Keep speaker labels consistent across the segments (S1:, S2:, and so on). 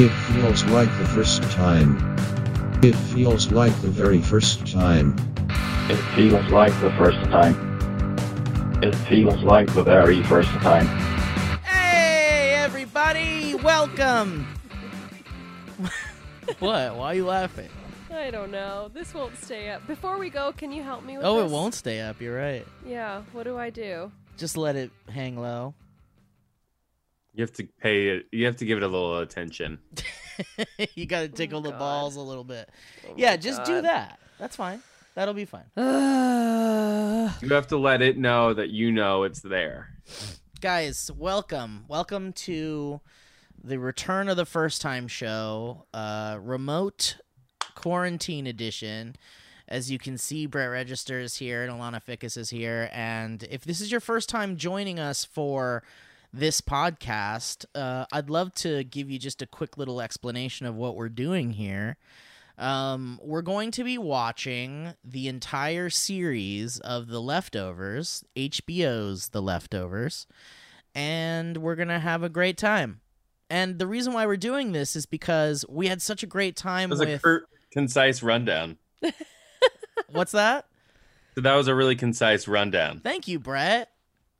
S1: It feels like the first time. It feels like the very first time.
S2: It feels like the first time. It feels like the very first time.
S3: Hey, everybody, welcome. what? Why are you laughing?
S4: I don't know. This won't stay up. Before we go, can you help me with
S3: Oh, it
S4: this?
S3: won't stay up. You're right.
S4: Yeah, what do I do?
S3: Just let it hang low.
S5: You have to pay it. You have to give it a little attention.
S3: you got to tickle the
S4: Oh, God.
S3: balls a little bit.
S4: Oh
S3: yeah,
S4: my
S3: just do
S4: God.
S3: that. That's fine. That'll be fine.
S5: You have to let it know that you know it's there.
S3: Guys, welcome. Welcome to the Return of the First Time Show, uh, remote quarantine edition. As you can see, Brett Register is here and Alana Ficus is here. And if this is your first time joining us for this podcast, uh, I'd love to give you just a quick little explanation of what we're doing here. Um, we're going to be watching the entire series of The Leftovers, HBO's The Leftovers, and we're going to have a great time. And the reason why we're doing this is because we had such a great
S5: It
S3: time
S5: was
S3: with
S5: a curt, concise rundown.
S3: What's that?
S5: So that was a really concise rundown.
S3: Thank you, Brett.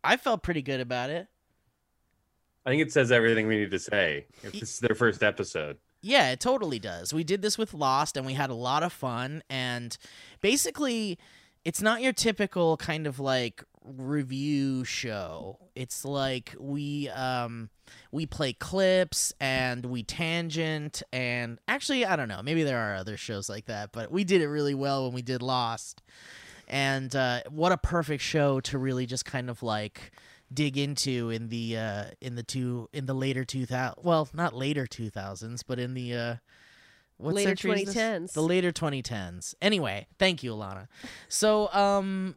S3: I felt pretty good about it.
S5: I think it says everything we need to say. If this is their first episode,
S3: Yeah, it totally does. We did this with Lost and we had a lot of fun. And basically, it's not your typical kind of like review show. It's like we um we play clips and we tangent and actually I don't know, maybe there are other shows like that, but we did it really well when we did Lost. And uh what a perfect show to really just kind of like dig into in the uh in the two in the later 2000 well not later 2000s but in the uh what
S4: Later
S3: century is this?
S4: 2010s.
S3: the later 2010s anyway thank you alana so um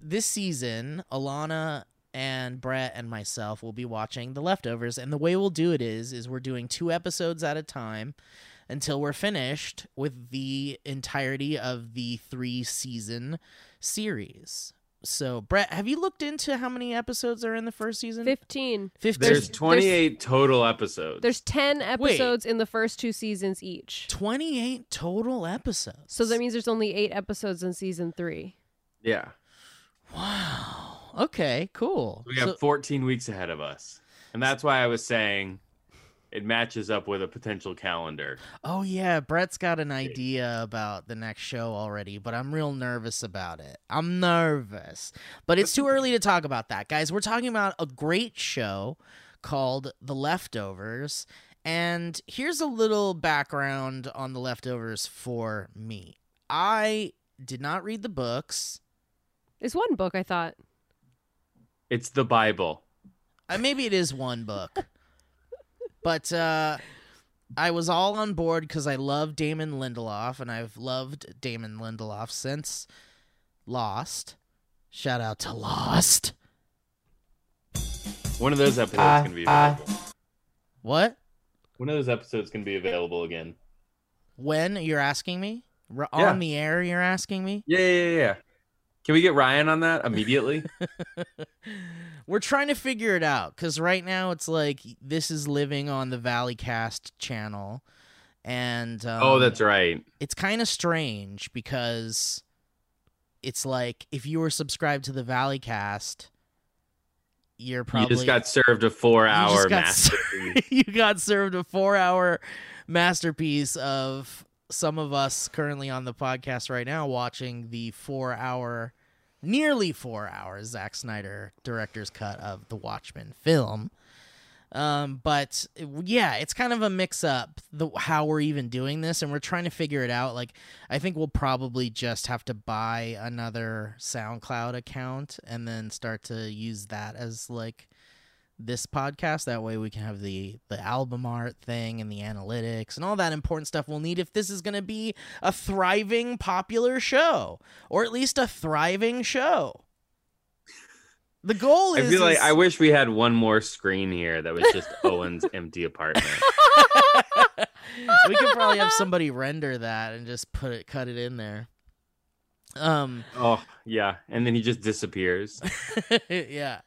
S3: this season alana and brett and myself will be watching the leftovers and the way we'll do it is is we're doing two episodes at a time until we're finished with the entirety of the three season series so brett have you looked into how many episodes are in the first season
S4: 15.
S3: 15
S5: there's 28 total episodes.
S4: There's 10 episodes in the first two seasons each.
S3: 28 total episodes
S4: So that means there's only 8 episodes in season 3.
S5: yeah,
S3: wow okay cool
S5: we have
S3: So-
S5: 14 weeks ahead of us, and that's why I was saying it matches up with a potential calendar.
S3: Oh yeah, Brett's got an idea about the next show already, but I'm real nervous about it. I'm nervous. But it's too early to talk about that. Guys, we're talking about a great show called The Leftovers. And here's a little background on The Leftovers for me. I did not read the books.
S4: It's one book, I thought.
S5: It's the Bible.
S3: Uh, maybe it is one book. but uh, I was all on board because I love Damon Lindelof, and I've loved Damon Lindelof since Lost. Shout out to Lost.
S5: One of those episodes can be available.
S3: What?
S5: One of those episodes can be available again.
S3: When? You're asking me? R-
S5: Yeah.
S3: On the air, you're asking me?
S5: Yeah, yeah, yeah, yeah. Can we get Ryan on that immediately?
S3: We're trying to figure it out because right now it's like this is living on the Valleycast channel. And um,
S5: oh, that's right.
S3: it's kind of strange because it's like if you were subscribed to the Valleycast, you're probably
S5: You just got served a four-hour
S3: got
S5: masterpiece.
S3: you got served a four hour masterpiece of some of us currently on the podcast right now watching the four hour, nearly four hours Zack Snyder director's cut of the Watchmen film. Um, but yeah, it's kind of a mix up the how we're even doing this, and we're trying to figure it out. Like, I think we'll probably just have to buy another SoundCloud account and then start to use that as like this podcast. That way, we can have the the album art thing and the analytics and all that important stuff we'll need if this is going to be a thriving, popular show, or at least a thriving show. The goal
S5: I
S3: is.
S5: feel like
S3: is-
S5: I wish we had one more screen here that was just Owen's empty apartment.
S3: we could probably have somebody render that and just put it cut it in there. Um,
S5: Oh yeah, and then he just disappears.
S3: yeah.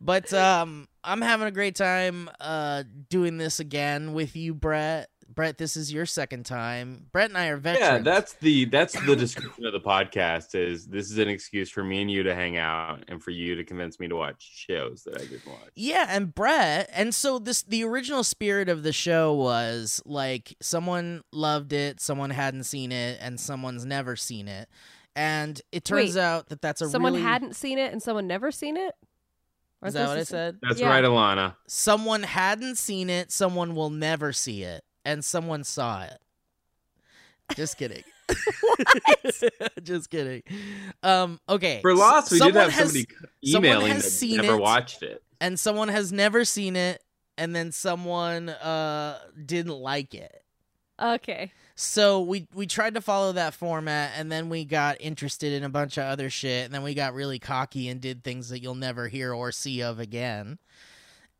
S3: But um I'm having a great time uh doing this again with you, Brett. Brett, this is your second time. Brett and I are veterans.
S5: yeah, that's the that's the description of the podcast. Is this is an excuse for me and you to hang out and for you to convince me to watch shows that I didn't watch.
S3: Yeah, and Brett, and so this the original spirit of the show was like someone loved it, someone hadn't seen it, and someone's never seen it. And it turns
S4: Wait,
S3: out that that's a
S4: someone
S3: really,
S4: hadn't seen it and someone never seen it. Or
S3: Is that what I
S4: this is-
S3: said?
S5: That's
S4: Yeah.
S5: right, Alana.
S3: Someone hadn't seen it, someone will never see it, and someone saw it. Just kidding. Just kidding. Um okay.
S5: For
S3: s-
S5: Lost, we did
S3: someone
S5: have
S3: has-
S5: somebody
S3: someone
S5: emailing
S3: has
S5: that
S3: seen
S5: never
S3: it.
S5: watched it.
S3: and someone has never seen it and then someone uh didn't like it.
S4: Okay.
S3: So we we tried to follow that format, and then we got interested in a bunch of other shit, and then we got really cocky and did things that you'll never hear or see of again.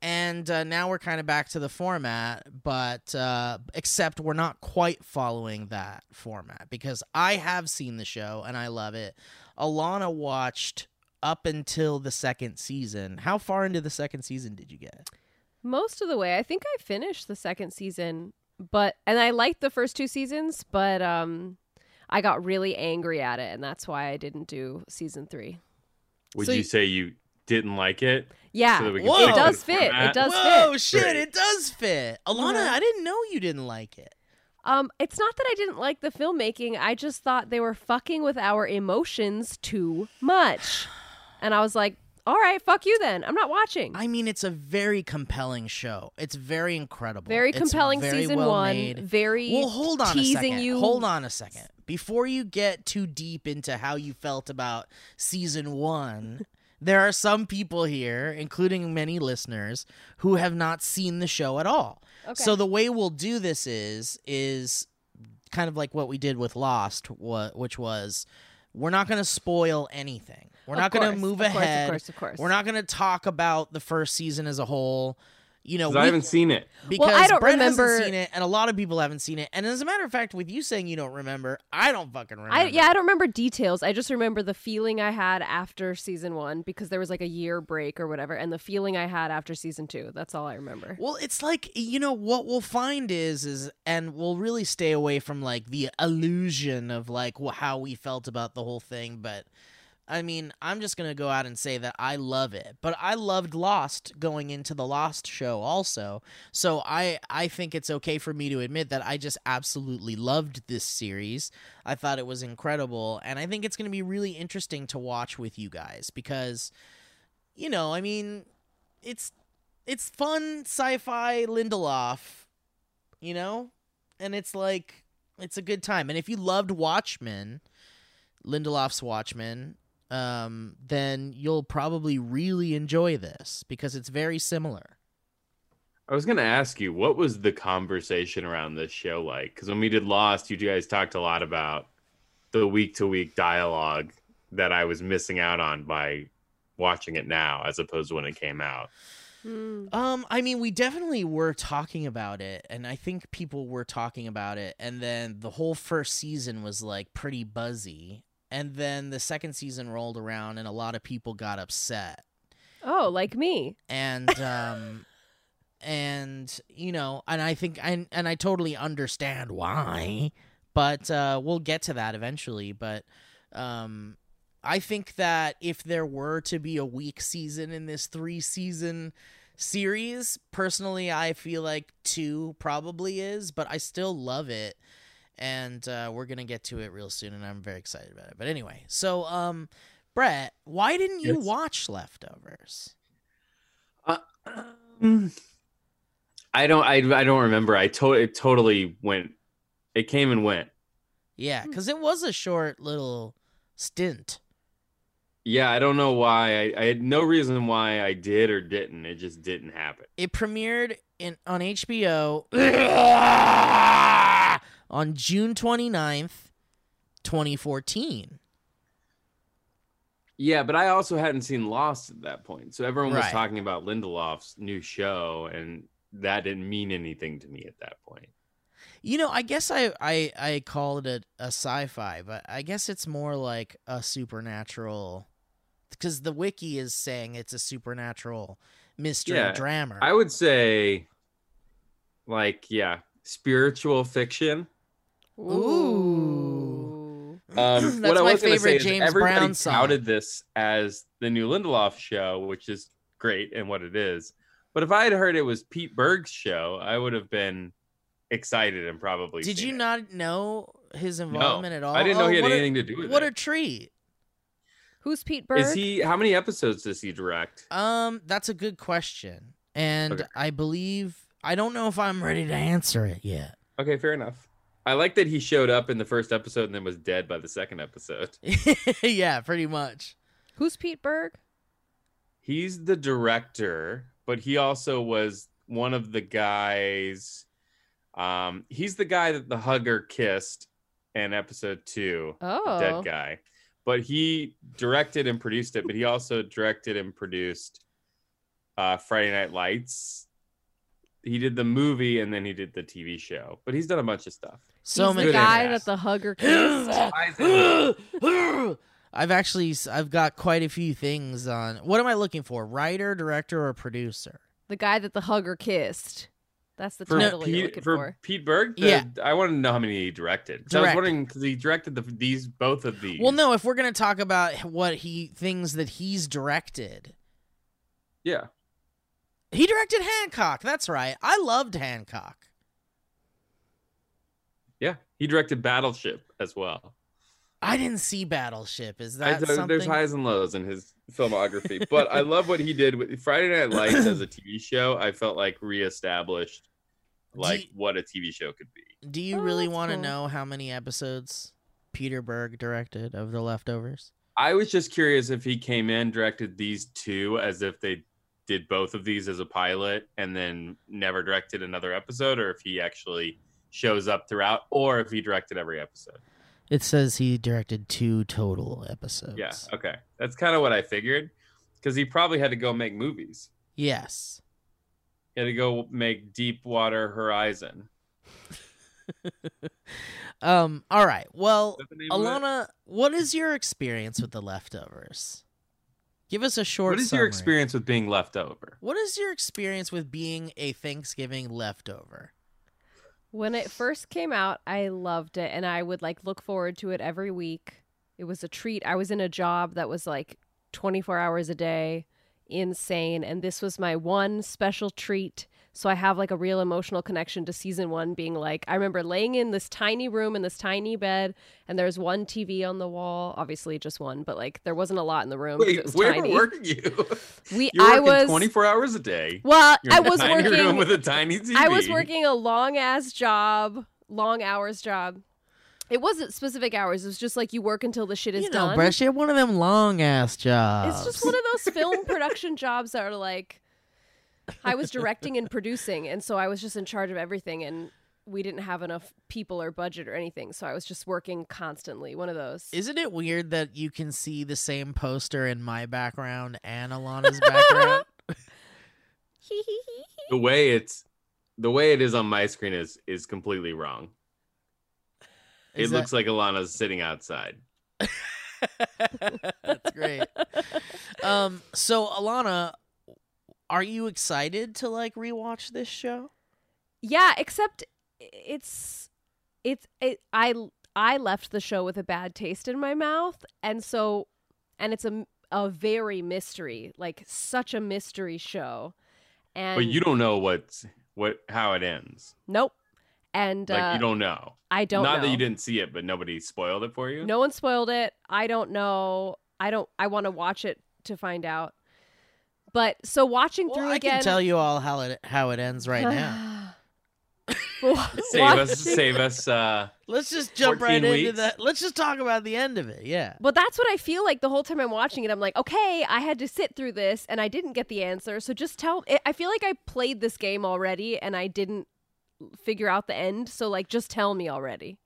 S3: And uh, now we're kind of back to the format, but uh, except we're not quite following that format because I have seen the show and I love it. Alana watched up until the second season. How far into the second season did you get?
S4: Most of the way. I think I finished the second season, but and I liked the first two seasons, but um I got really angry at it and that's why I didn't do season 3.
S5: Would
S3: So
S5: you
S3: you-
S5: say you didn't like it?
S4: Yeah.
S5: So that we can
S3: Whoa.
S4: it does
S5: stick with
S4: fit. It
S5: that?
S4: does
S3: Whoa,
S4: fit.
S3: shit!
S5: Great.
S3: It does fit. Alana,
S4: Yeah.
S3: I didn't know you didn't like it.
S4: Um it's not that I didn't like the filmmaking. I just thought they were fucking with our emotions too much. And I was like, "All right, fuck you then. I'm not watching."
S3: I mean, it's a very compelling show. It's very incredible.
S4: very
S3: It's
S4: compelling
S3: very
S4: season
S3: well
S4: 1.
S3: made.
S4: Very
S3: Well, hold on
S4: teasing
S3: a second.
S4: you.
S3: Hold on a second. Before you get too deep into how you felt about season one, there are some people here, including many listeners, who have not seen the show at all.
S4: Okay.
S3: So the way we'll do this is is kind of like what we did with Lost, wha- which was we're not going to spoil anything. We're
S4: Of
S3: not going to
S4: course,
S3: move
S4: of course,
S3: ahead.
S4: Of course, of course.
S3: We're not going to talk about the first season as a whole. You know,
S5: 'Cause
S3: we-
S5: I haven't seen it.
S3: because
S4: Well, I don't
S3: Brett
S4: remember-
S3: hasn't seen it, and a lot of people haven't seen it. And as a matter of fact, with you saying you don't remember, I don't fucking remember.
S4: I, yeah, I don't remember details. I just remember the feeling I had after season one because there was like a year break or whatever, and the feeling I had after season two. That's all I remember.
S3: Well, it's like you know what we'll find is is, and we'll really stay away from like the illusion of like wh- how we felt about the whole thing. But I mean, I'm just gonna go out and say that I love it. But I loved Lost going into the Lost show also. So I I think it's okay for me to admit that I just absolutely loved this series. I thought it was incredible, and I think it's gonna be really interesting to watch with you guys because, you know, I mean, it's it's fun sci-fi Lindelof, you know, and it's like it's a good time. And if you loved Watchmen, Lindelof's Watchmen, um, then you'll probably really enjoy this because it's very similar.
S5: I was gonna ask you, what was the conversation around this show like? Because when we did Lost, you guys talked a lot about the week to week dialogue that I was missing out on by watching it now as opposed to when it came out.
S4: Hmm.
S3: Um, I mean, we definitely were talking about it, and I think people were talking about it, and then the whole first season was like pretty buzzy, and then the second season rolled around, and a lot of people got upset.
S4: Oh, like me.
S3: and um and you know and i think and and i totally understand why but uh we'll get to that eventually but um i think that if there were to be a weak season in this three season series personally i feel like two probably is but i still love it and uh, we're gonna get to it real soon and i'm very excited about it but anyway so um brett why didn't you
S5: Yes.
S3: watch leftovers
S5: Um, I don't. I, I don't remember. I to- it totally went. It came and went.
S3: Yeah,
S4: Hmm.
S3: because it was a short little stint.
S5: Yeah, I don't know why. I, I had no reason why I did or didn't. It just didn't happen.
S3: It premiered in on HBO on June 29th, 2014.
S5: Yeah, but I also hadn't seen Lost at that point. So everyone was
S3: Right.
S5: talking about Lindelof's new show, and that didn't mean anything to me at that point.
S3: You know, I guess I I I call it a, a sci-fi, but I guess it's more like a supernatural because the wiki is saying it's a supernatural mystery
S5: Yeah,
S3: drama.
S5: I would say, like, yeah, spiritual fiction.
S3: Ooh.
S5: Um,
S3: That's
S5: what I
S3: my
S5: was gonna say
S3: favorite
S5: is
S3: James
S5: everybody
S3: Brown song.
S5: touted this as the new Lindelof show, which is great and what it is. But if I had heard it was Pete Berg's show, I would have been excited and probably.
S3: Did
S5: seen
S3: you
S5: it.
S3: not know his involvement at all?
S5: I didn't know
S3: Oh,
S5: he had
S3: what
S5: anything to
S3: A,
S5: do with
S3: what a
S5: it.
S3: treat.
S4: Who's Pete Berg?
S5: Is he? How many episodes does he direct?
S3: Um, that's a good question, and
S5: Okay.
S3: I believe I don't know if I'm ready to answer it yet.
S5: Okay, fair enough. I like that he showed up in the first episode and then was dead by the second episode.
S3: yeah, pretty much.
S4: Who's Pete Berg?
S5: He's the director, but he also was one of the guys. Um, he's the guy that the hugger kissed in episode two, the
S4: Oh.
S5: dead guy. But he directed and produced it. But he also directed and produced uh, Friday Night Lights. He did the movie and then he did the TV show. But he's done a bunch of stuff.
S3: So
S4: He's
S3: many
S4: the guy that
S5: ass.
S4: the hugger kissed.
S3: I've actually s- I've got quite a few things on. What am I looking for? Writer, director, or producer?
S4: the guy that the hugger kissed. That's the
S5: For,
S4: title you're looking
S5: Pete,
S4: for.
S5: for, Pete Berg, the-
S3: Yeah.
S5: I want to know how many he directed. 'Cause I was
S3: Directed.
S5: wondering because he directed the, these both of these.
S3: Well, no. If we're gonna talk about what he things that he's directed,
S5: yeah,
S3: he directed Hancock. That's right. I loved Hancock.
S5: yeah, he directed Battleship as well.
S3: I didn't see Battleship. Is
S5: I-
S3: that
S5: there-
S3: something?
S5: There's highs and lows in his filmography, but I love what he did with Friday Night Lights as a TV show. I felt like reestablished,
S3: Do
S5: like
S3: you-
S5: what a TV show could be.
S3: Do you
S4: Oh,
S3: really
S4: that's
S3: want to
S4: cool.
S3: know how many episodes Peter Berg directed of The Leftovers?
S5: I was just curious if he came in, directed these two as if they did both of these as a pilot and then never directed another episode, or if he actually shows up throughout, or if he directed every episode.
S3: It says he directed two total episodes.
S5: Yeah, okay. That's kind of what I figured because he probably had to go make movies.
S3: Yes.
S5: He had to go make Deepwater Horizon.
S3: Um. All right. Well,
S5: Is that the name of it?
S3: Alana, what is your experience with The Leftovers? Give us a short.
S5: what is
S3: summary.
S5: your experience with being left over?
S3: What is your experience with being a Thanksgiving leftover?
S4: When it first came out, I loved it and I would like look forward to it every week. It was a treat. I was in a job that was like 24 hours a day, insane, and this was my one special treat. So I have like a real emotional connection to season 1 being like I remember laying in this tiny room in this tiny bed and there's one TV on the wall, obviously just one, but like there wasn't a lot in the room 'cause it was
S5: where
S4: tiny.
S5: were you?
S4: We
S5: You're
S4: I was
S5: 24 hours a day.
S4: Well,
S5: You're
S4: I
S5: in a
S4: was
S5: tiny
S4: working
S5: room with a tiny TV.
S4: I was working a long ass job, long hours job. It wasn't specific hours. It was just like you work until the shit is
S3: you know,
S4: done.
S3: Brett, you have one of them long ass jobs.
S4: it's just one of those film production jobs that are like I was directing and producing, and so I was just in charge of everything, and we didn't have enough people or budget or anything, so I was just working constantly. One of those.
S3: Isn't it weird that you can see the same poster in my background and Alana's background?
S5: The way it's the way it is on my screen is is completely wrong.
S3: Is
S5: it
S3: that-
S5: looks like Alana's sitting outside.
S3: That's great. Um, so Alana, are you excited to like rewatch this show?
S4: Yeah, except it's it's it, I I left the show with a bad taste in my mouth, and so and it's a a very mystery, like such a mystery show. And
S5: But you don't know what's what how it ends.
S4: nope. And uh,
S5: like you don't know.
S4: I don't
S5: Not that
S4: know.
S5: you didn't see it, but nobody spoiled it for you.
S4: No one spoiled it. I don't know. I don't. I want to watch it to find out. But so watching
S3: Well,
S4: through
S3: I
S4: again.
S3: can tell you all how it how it ends right now.
S5: Save us save us uh
S3: Let's just jump right
S5: 14
S3: into
S5: weeks.
S3: that. Let's just talk about the end of it. Yeah.
S4: Well, that's what I feel like the whole time I'm watching it. I'm like, okay, I had to sit through this and I didn't get the answer. So just tell. I- I feel like I played this game already and I didn't figure out the end. So like, just tell me already.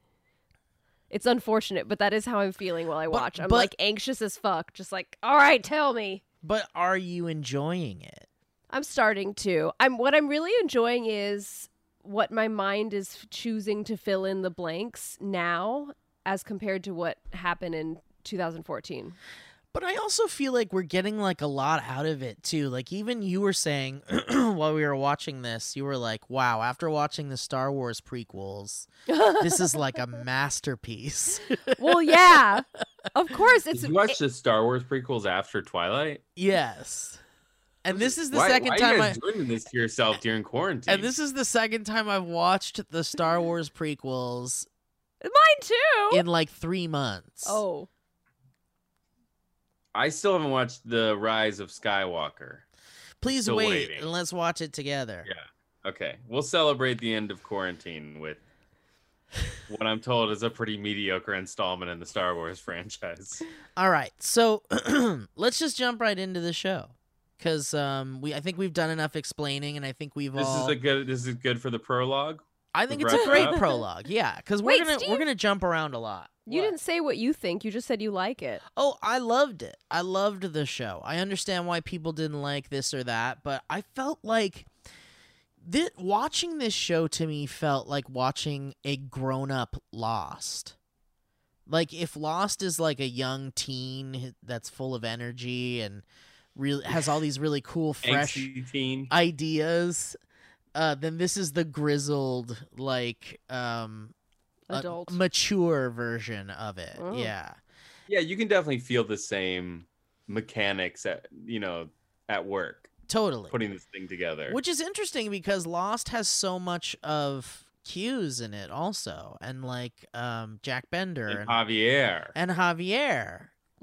S4: It's unfortunate, but that is how I'm feeling while I
S3: But-
S4: watch. I'm
S3: but-
S4: like anxious as fuck. Just like, all right, tell me.
S3: But are you enjoying it?
S4: I'm starting to. I'm what I'm really enjoying is what my mind is f- choosing to fill in the blanks now as compared to what happened in 2014.
S3: But I also feel like we're getting like a lot out of it too. Like even you were saying while we were watching this, you were like, "Wow, after watching the Star Wars prequels, this is like a masterpiece."
S4: well, yeah. Of course it's
S5: Did you watch the Star Wars prequels after Twilight?
S3: yes. And this is the
S5: why,
S3: second
S5: why
S3: time
S5: you
S3: I
S5: guys doing this to yourself during quarantine?
S3: and this is the second time I've watched the Star Wars prequels
S4: it- mine too.
S3: in like 3 months.
S4: oh.
S5: I still haven't watched the Rise of Skywalker.
S3: please
S5: still
S3: wait
S5: waiting.
S3: and let's watch it together.
S5: Yeah. Okay, we'll celebrate the end of quarantine with what I'm told is a pretty mediocre installment in the Star Wars franchise.
S3: All right, so let's just jump right into the show because um, we I think we've done enough explaining, and I think we've
S5: This
S3: all
S5: is a good. This is good for the prologue.
S3: I think
S5: to
S3: it's a
S5: wrap
S3: great
S5: up.
S3: prologue, yeah, because we're
S4: Wait,
S3: gonna we're
S4: Steve?
S3: gonna jump around a lot.
S4: You
S3: What?
S4: didn't say what you think. You just said you like it.
S3: Oh, I loved it. I loved the show. I understand why people didn't like this or that, but I felt like this, watching this show to me felt like watching a grown up Lost. Like if Lost is like a young teen that's full of energy and really has all these really cool fresh
S5: Angsty teen.
S3: ideas, uh, then this is the grizzled like um a-
S4: Adult.
S3: mature version of it.
S4: Oh.
S3: Yeah.
S5: Yeah, you can definitely feel the same mechanics at you know at work
S3: Totally.
S5: putting this thing together.
S3: Which is interesting because Lost has so much of cues in it also, and like um, Jack Bender
S5: and
S3: and,
S5: Javier.
S3: and Javier.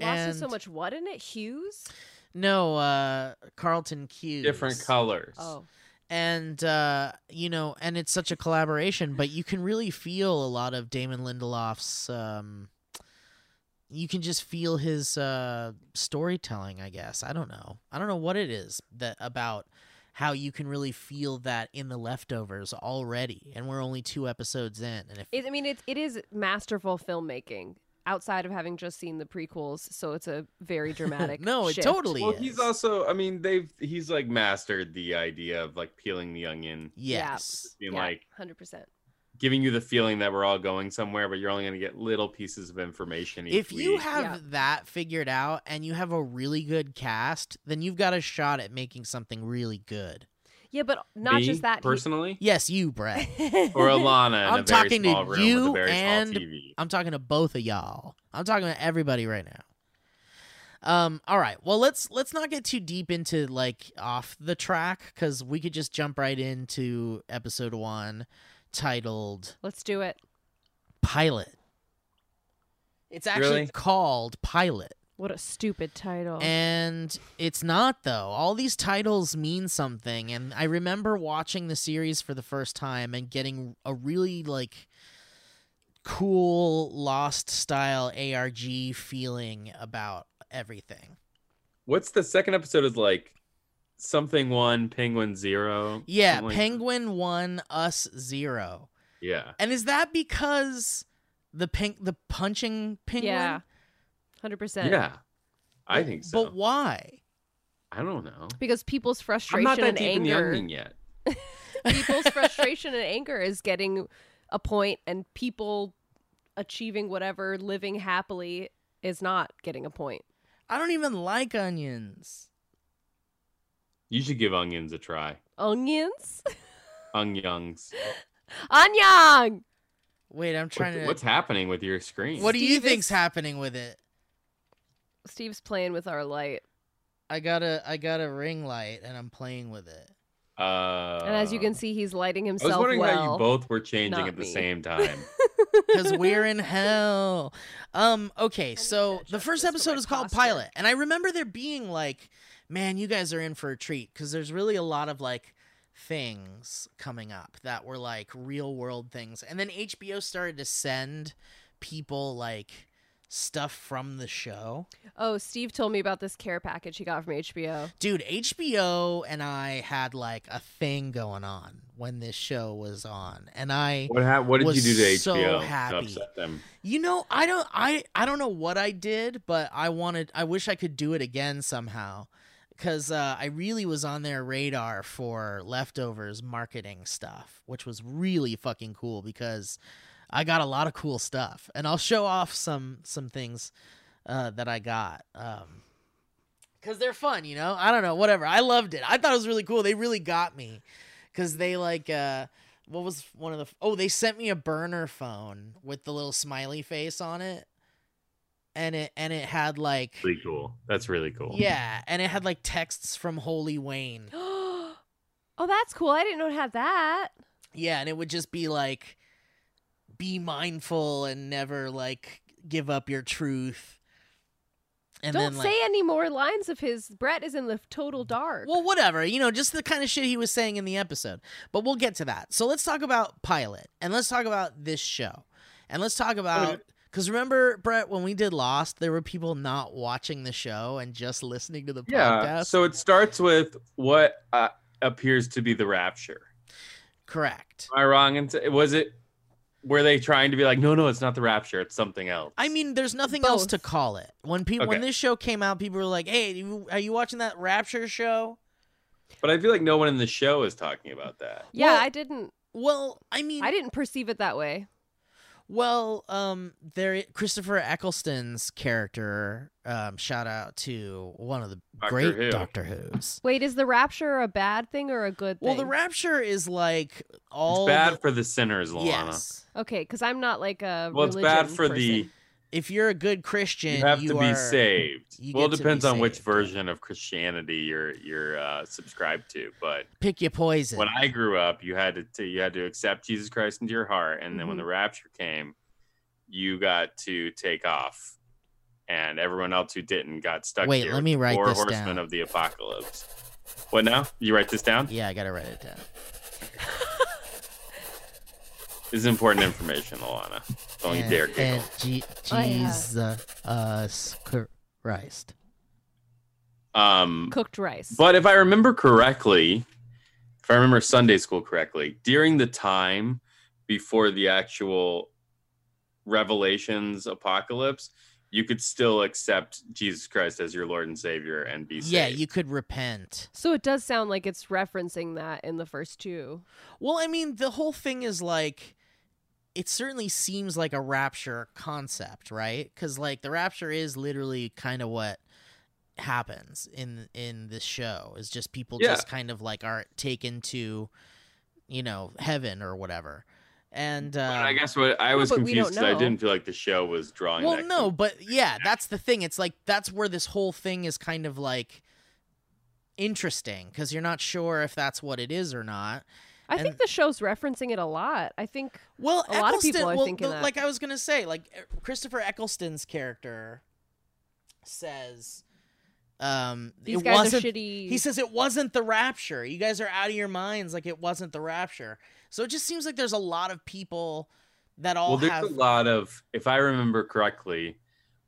S4: Lost
S3: and
S4: is so much what in it? Hughes?
S3: No, uh, Carlton Cuse.
S5: different colors.
S4: Oh.
S3: And uh, you know, and it's such a collaboration, but you can really feel a lot of Damon Lindelof's. Um, you can just feel his uh, storytelling. I guess I don't know. I don't know what it is that about how you can really feel that in the leftovers already, and we're only two episodes in, and if
S4: It, I mean, it, it is masterful filmmaking outside of having just seen the prequels. So it's a very dramatic.
S3: no, it
S4: shift.
S3: totally
S5: Well,
S3: is.
S5: he's also. I mean, they've. He's like mastered the idea of like peeling the onion,
S4: Yeah.
S3: yes,
S5: being
S4: Yeah,
S5: like
S4: 100%.
S5: giving you the feeling that we're all going somewhere, but you're only going to get little pieces of information. Each
S3: if you
S5: week.
S3: have
S4: Yeah.
S3: that figured out and you have a really good cast, then you've got a shot at making something really good.
S4: Yeah, but not
S5: Me,
S4: just that. he-
S5: personally,
S3: Yes, you, Brett.
S5: or Alana. in
S3: I'm
S5: a very
S3: talking to
S5: small room with
S3: you
S5: a very
S3: and-
S5: small TV.
S3: I'm talking to both of y'all. I'm talking to everybody right now. Um all right. Well, let's let's not get too deep into like off the track cuz we could just jump right into episode 1 titled
S4: Let's do it.
S3: Pilot. It's actually
S5: Really?
S3: called Pilot.
S4: What a stupid title.
S5: Oh.
S3: And it's not though. All these titles mean something and I remember watching the series for the first time and getting a really like cool lost style ARG feeling about everything.
S5: What's the second episode? Is like something one, penguin zero.
S3: Yeah,
S5: something like-
S3: Penguin 1 us 0.
S5: Yeah,
S3: And is that because the pink the punching penguin?
S4: Yeah. 100%.
S5: yeah. I think so.
S3: But why?
S5: I don't know.
S4: Because people's
S5: I'm
S4: frustration
S5: not that
S4: and
S5: deep in the
S4: anger.
S5: onion yet.
S4: people's frustration and anger is getting a point, and people achieving whatever, living happily, is not getting a point.
S3: I don't even like onions.
S5: You should give onions a try.
S4: Onions?
S5: Onions.
S4: Onion!
S3: Wait, I'm trying to
S5: What's happening with your screen?
S3: What do you
S4: Steve is-
S3: think's happening with it?
S4: Steve's playing with our light.
S3: I got a I got a ring light and I'm playing with it.
S5: Uh,
S4: And as you can see, he's lighting
S5: I was
S4: himself
S5: wondering
S4: well.
S5: how you both were changing
S4: not
S5: at the
S4: me.
S5: same time.
S3: Cuz we're in hell. Um okay,
S4: need to
S3: so the
S4: adjust
S3: first
S4: this for
S3: episode
S4: my
S3: is called
S4: posture.
S3: Pilot and I remember there being like man, you guys are in for a treat cuz there's really a lot of like things coming up that were like real world things. And then HBO started to send people like stuff from the show.
S4: oh, Steve told me about this care package he got from HBO.
S3: Dude, HBO and I had like a thing going on when this show was on. And I
S5: what hap- What did
S3: Was
S5: you do to HBO
S3: so
S5: to
S3: happy.
S5: upset them?
S3: You know, I don't I I don't know what I did, but I wanted I wish I could do it again somehow. because uh, I really was on their radar for leftovers marketing stuff, which was really fucking cool because I got a lot of cool stuff, and I'll show off some some things uh, that I got. Um, Cause they're fun, you know. I don't know, whatever. I loved it. I thought it was really cool. They really got me, cause they like, uh, what was one of the? Oh, they sent me a burner phone with the little smiley face on it, and it and it had like
S5: Really cool. That's really cool.
S3: yeah, and it had like texts from Holy Wayne.
S4: oh, that's cool. I didn't know it had that.
S3: Yeah, and it would just be like be mindful and never like give up your truth. And
S4: Don't
S3: then like
S4: say any more lines of his. Brett is in the total dark.
S3: well whatever, you know, just the kind of shit he was saying in the episode. But we'll get to that. So let's talk about pilot and let's talk about this show. And let's talk about cuz remember Brett when we did Lost, there were people not watching the show and just listening to the
S5: Yeah.
S3: podcast.
S5: So it starts with what uh, appears to be the rapture.
S3: Correct.
S5: Am I wrong? And was it? Were they trying to be like, no, no, it's not the rapture, it's something else?
S3: I mean, there's nothing else
S4: Both.
S3: to call it. When people when
S5: Okay.
S3: this show came out, people were like, "Hey, you, are you watching that Rapture show?"
S5: but I feel like no one in the show is talking about that.
S4: yeah,
S3: well-
S4: I didn't.
S3: Well, I mean,
S4: I didn't perceive it that way.
S3: well, um, there Christopher Eccleston's character. Um, shout out to one of the
S5: Doctor
S3: great
S5: Who.
S3: Doctor Who's.
S4: Wait, is the rapture a bad thing or a good thing?
S3: Well, the Rapture is like all
S5: It's bad
S3: the-
S5: for the sinners, Lorna.
S3: yes.
S4: Okay, because I'm not like a.
S5: Well, it's bad
S4: religion
S5: for the
S4: person.
S3: If you're a good Christian,
S5: you have to be
S3: are-
S5: saved.
S3: you
S5: Well,
S3: get
S5: it
S3: to be
S5: depends on which
S3: saved, yeah.
S5: version of Christianity you're you're uh, subscribed to. But
S3: Pick your poison.
S5: when I grew up, you had to, to you had to accept Jesus Christ into your heart, and then when
S4: Mhm.
S3: Mm-hmm.
S5: the rapture came, you got to take off, and everyone else who didn't got stuck.
S3: Wait,
S5: here
S3: let
S5: with
S3: me
S5: the
S3: write
S5: four
S3: this
S5: horsemen
S3: down.
S5: of the apocalypse. What now? You write this down.
S3: yeah, I gotta write it down.
S5: This is important information, Alana. Don't Oh, you
S3: and,
S5: dare giggle.
S3: and Je-
S4: Oh, yeah.
S3: Jesus Christ.
S5: Um,
S4: cooked rice.
S5: But if I remember correctly, if I remember Sunday school correctly, during the time before the actual revelations apocalypse, you could still accept Jesus Christ as your Lord and Savior and be saved.
S3: Yeah, you could repent.
S4: so it does sound like it's referencing that in the first two.
S3: Well, I mean, the whole thing is like it certainly seems like a rapture concept, right? Cuz like the rapture is literally kind of what happens in in this show is just people
S5: Yeah.
S3: just kind of like are taken to you know, heaven or whatever. And uh
S5: But I guess what I was
S4: but we
S5: confused
S4: don't
S5: because I
S4: know.
S5: didn't feel like the show was drawing.
S3: Well,
S5: that
S3: no, but yeah, that's the thing. It's like that's where this whole thing is kind of like interesting cuz you're not sure if that's what it is or not.
S4: I
S3: And-
S4: think the show's referencing it a lot. I think
S3: Well,
S4: A lot of people
S3: Eccleston-
S4: are
S3: well,
S4: thinking
S3: the-
S4: that.
S3: Like I was gonna say, like e- Christopher Eccleston's character says, um,
S4: these
S3: it
S4: guys are
S3: wasn't.
S4: shitty.
S3: He says it wasn't the rapture. You guys are out of your minds. Like it wasn't the rapture. So it just seems like there's a lot of people that all
S5: well, there's
S3: have.
S5: a lot of, if I remember correctly,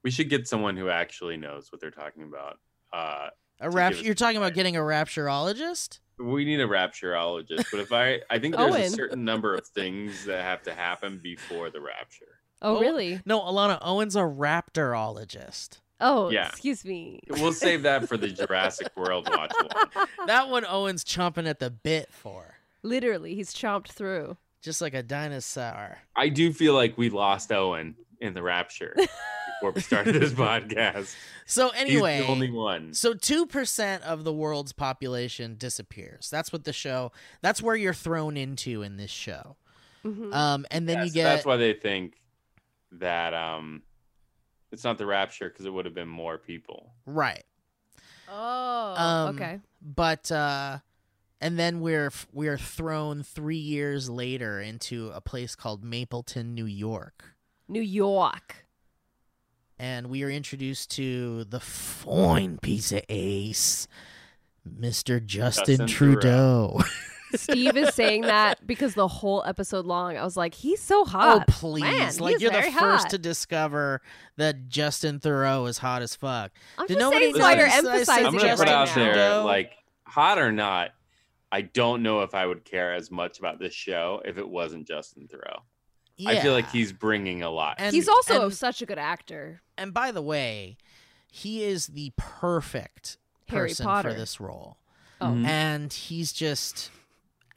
S5: we should get someone who actually knows what they're talking about. Uh,
S3: A
S5: give
S3: rapture.
S5: us
S3: You're talking about getting a rapturologist.
S5: We need a rapturologist, but if I, I think there's a
S4: Owen.
S5: certain number of things that have to happen before the rapture.
S4: oh,
S3: Oh.
S4: really?
S3: No, Alana Owen's a raptorologist.
S4: Oh,
S5: Yeah.
S4: excuse me.
S5: We'll save that for the Jurassic World watch. along.
S3: That one Owen's chomping at the bit for,
S4: Literally, he's chomped through.
S3: just like a dinosaur.
S5: I do feel like we lost Owen in the rapture before we started this podcast.
S3: So anyway,
S5: He's the only one.
S3: So two percent of the world's population disappears. That's what the show. That's where you're thrown into in this show.
S4: Mhm.
S3: Um, and then
S5: Yeah,
S3: you
S5: so that's
S3: get
S5: why they think that um, it's not the rapture because it would have been more people.
S3: right,
S4: oh,
S3: um,
S4: okay.
S3: but uh, and then we're we're thrown three years later into a place called Mapleton, New York,
S4: New York.
S3: and we are introduced to the fine piece of ace, Mister Justin,
S5: Justin
S3: Trudeau.
S5: Trudeau.
S4: Steve is saying that because the whole episode long, I was like, he's so
S3: Oh
S4: hot.
S3: please!
S4: Man,
S3: like
S4: he's
S3: you're the
S4: very
S3: first
S4: hot.
S3: to discover that Justin Thoreau is hot as fuck.
S4: I'm
S3: did
S4: just
S3: nobody
S4: saying why you're
S3: I
S5: notice
S3: said
S4: emphasizing
S5: I'm
S3: Is
S5: gonna
S4: it
S5: put
S4: right
S5: out
S4: now.
S5: there,
S3: Trudeau?
S5: like hot or not, I don't know if I would care as much about this show if it wasn't Justin Thoreau. I feel like
S3: Yeah.
S5: he's bringing a lot.
S3: And-
S4: he's also
S3: and-
S4: such a good actor.
S3: And by the way, he is the perfect
S4: Harry
S3: person
S4: Potter.
S3: for this role.
S4: Oh.
S5: Mhm.
S3: And he's just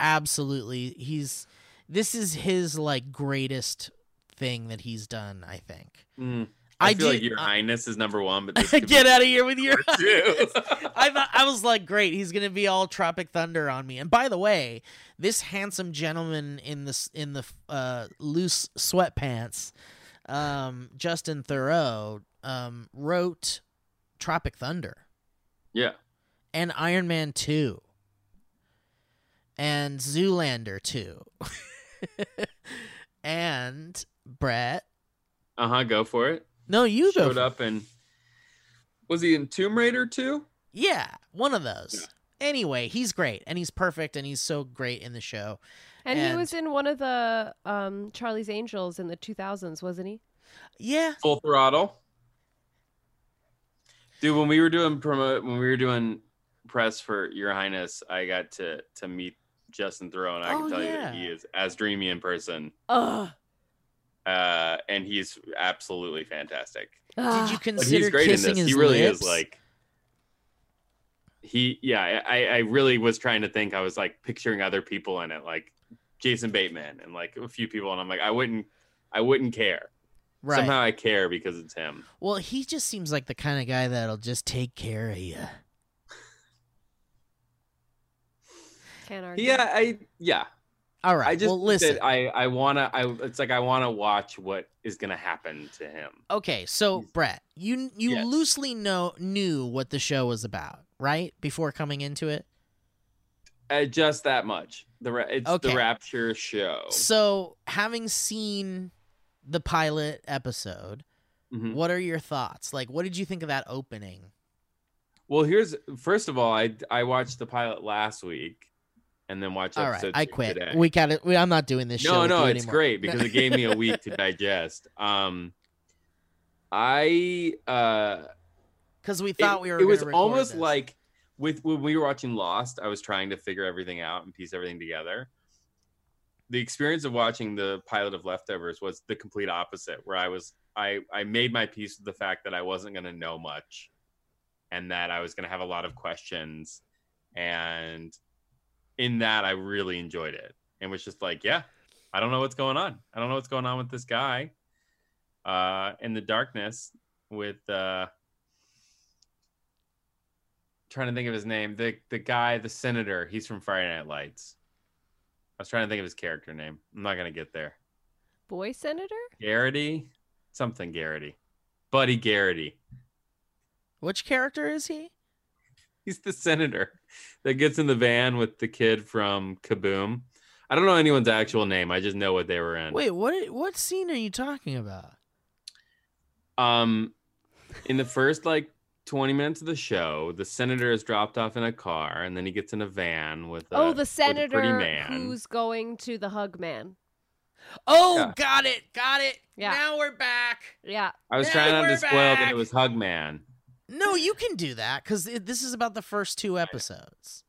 S3: absolutely he's this is his like greatest thing that he's done, I think.
S5: Mm. I,
S3: I,
S5: feel
S3: do
S5: like your
S3: I-
S5: highness is number one, but this could
S3: Get
S5: be
S3: out of here with your
S5: number two.
S3: I thought I was like, great, he's gonna be all Tropic Thunder on me. And by the way, this handsome gentleman in this in the uh, loose sweatpants, um, Justin Thoreau, um, wrote Tropic Thunder
S5: yeah,
S3: and Iron Man two and Zoolander two and Brett.
S5: uh huh. Go for it.
S3: No, you go.
S5: Showed up and was he in Tomb Raider too?
S3: Yeah, one of those. Anyway, he's great and he's perfect and he's so great in the show.
S4: And, he
S3: And-
S4: was in one of the um, Charlie's Angels in the 2000s, wasn't he?
S3: Yeah.
S5: Full throttle. Dude, when we were doing promote, when we were doing press for Your Highness, I got to to meet Justin Thoreau, and I
S3: Oh,
S5: can tell you that
S3: yeah.
S5: he is as dreamy in person,
S4: Ugh.
S5: uh, and he's absolutely fantastic.
S3: Did you
S4: Ugh.
S5: But
S3: consider
S5: he's great in
S3: kissing
S5: this.
S3: his
S5: He really
S3: lips?
S5: is like. He yeah, I I really was trying to think. I was like picturing other people in it, like Jason Bateman and like a few people, and I'm like, I wouldn't, I wouldn't care.
S3: right.
S5: Somehow I care because it's him.
S3: Well, he just seems like the kind of guy that'll just take care of you.
S4: Can't argue.
S5: Yeah, I yeah.
S3: All right.
S5: I just
S3: well,
S5: think that
S3: listen.
S5: I I wanna I it's like I wanna watch what is gonna happen to him.
S3: okay, so
S5: He's-
S3: Brett, you you
S5: Yes.
S3: loosely know knew what the show was about, right? Before coming into it.
S5: Uh, just that much. The ra- it's
S3: Okay.
S5: the Rapture show.
S3: So, having seen the pilot episode,
S5: Mhm.
S3: what are your thoughts? Like, what did you think of that opening?
S5: Well, here's first of all, I I watched the pilot last week, and then watched
S3: All
S5: episode
S3: right, I
S5: two
S3: quit.
S5: today.
S3: We got it. We, I'm not doing this show.
S5: no,
S3: with
S5: no,
S3: you
S5: it's
S3: anymore.
S5: great because it gave me a week to digest. Um, I uh.
S3: Because we thought we were.
S5: it was
S3: gonna record
S5: almost
S3: this.
S5: like with when we were watching lost i was trying to figure everything out and piece everything together the experience of watching the pilot of leftovers was the complete opposite where i was i i made my peace with the fact that i wasn't going to know much and that i was going to have a lot of questions and in that i really enjoyed it and was just like yeah i don't know what's going on i don't know what's going on with this guy uh in the darkness with uh trying to think of his name. The the guy, the senator, he's from Friday Night Lights. I was trying to think of his character name. I'm not gonna get there.
S4: Boy Senator?
S5: Garrity, something Garrity, Buddy Garrity.
S3: Which character is he?
S5: He's the senator that gets in the van with the kid from Kaboom. I don't know anyone's actual name. I just know what they were in.
S3: Wait, what? What scene are you talking about?
S5: Um, in the first like 20 minutes of the show, the senator is dropped off in a car, and then he gets in a van with a,
S4: oh,
S5: with
S4: the
S5: a pretty
S4: senator
S5: man.
S4: who's going to the hug man.
S3: Oh,
S5: Yeah.
S3: got it, got it.
S4: Yeah.
S3: Now we're back.
S4: Yeah.
S5: I was
S3: Now
S5: trying not
S3: we're
S5: to spoil that
S3: back.
S5: it was Hugman.
S3: No, you can do that because this is about the first two episodes.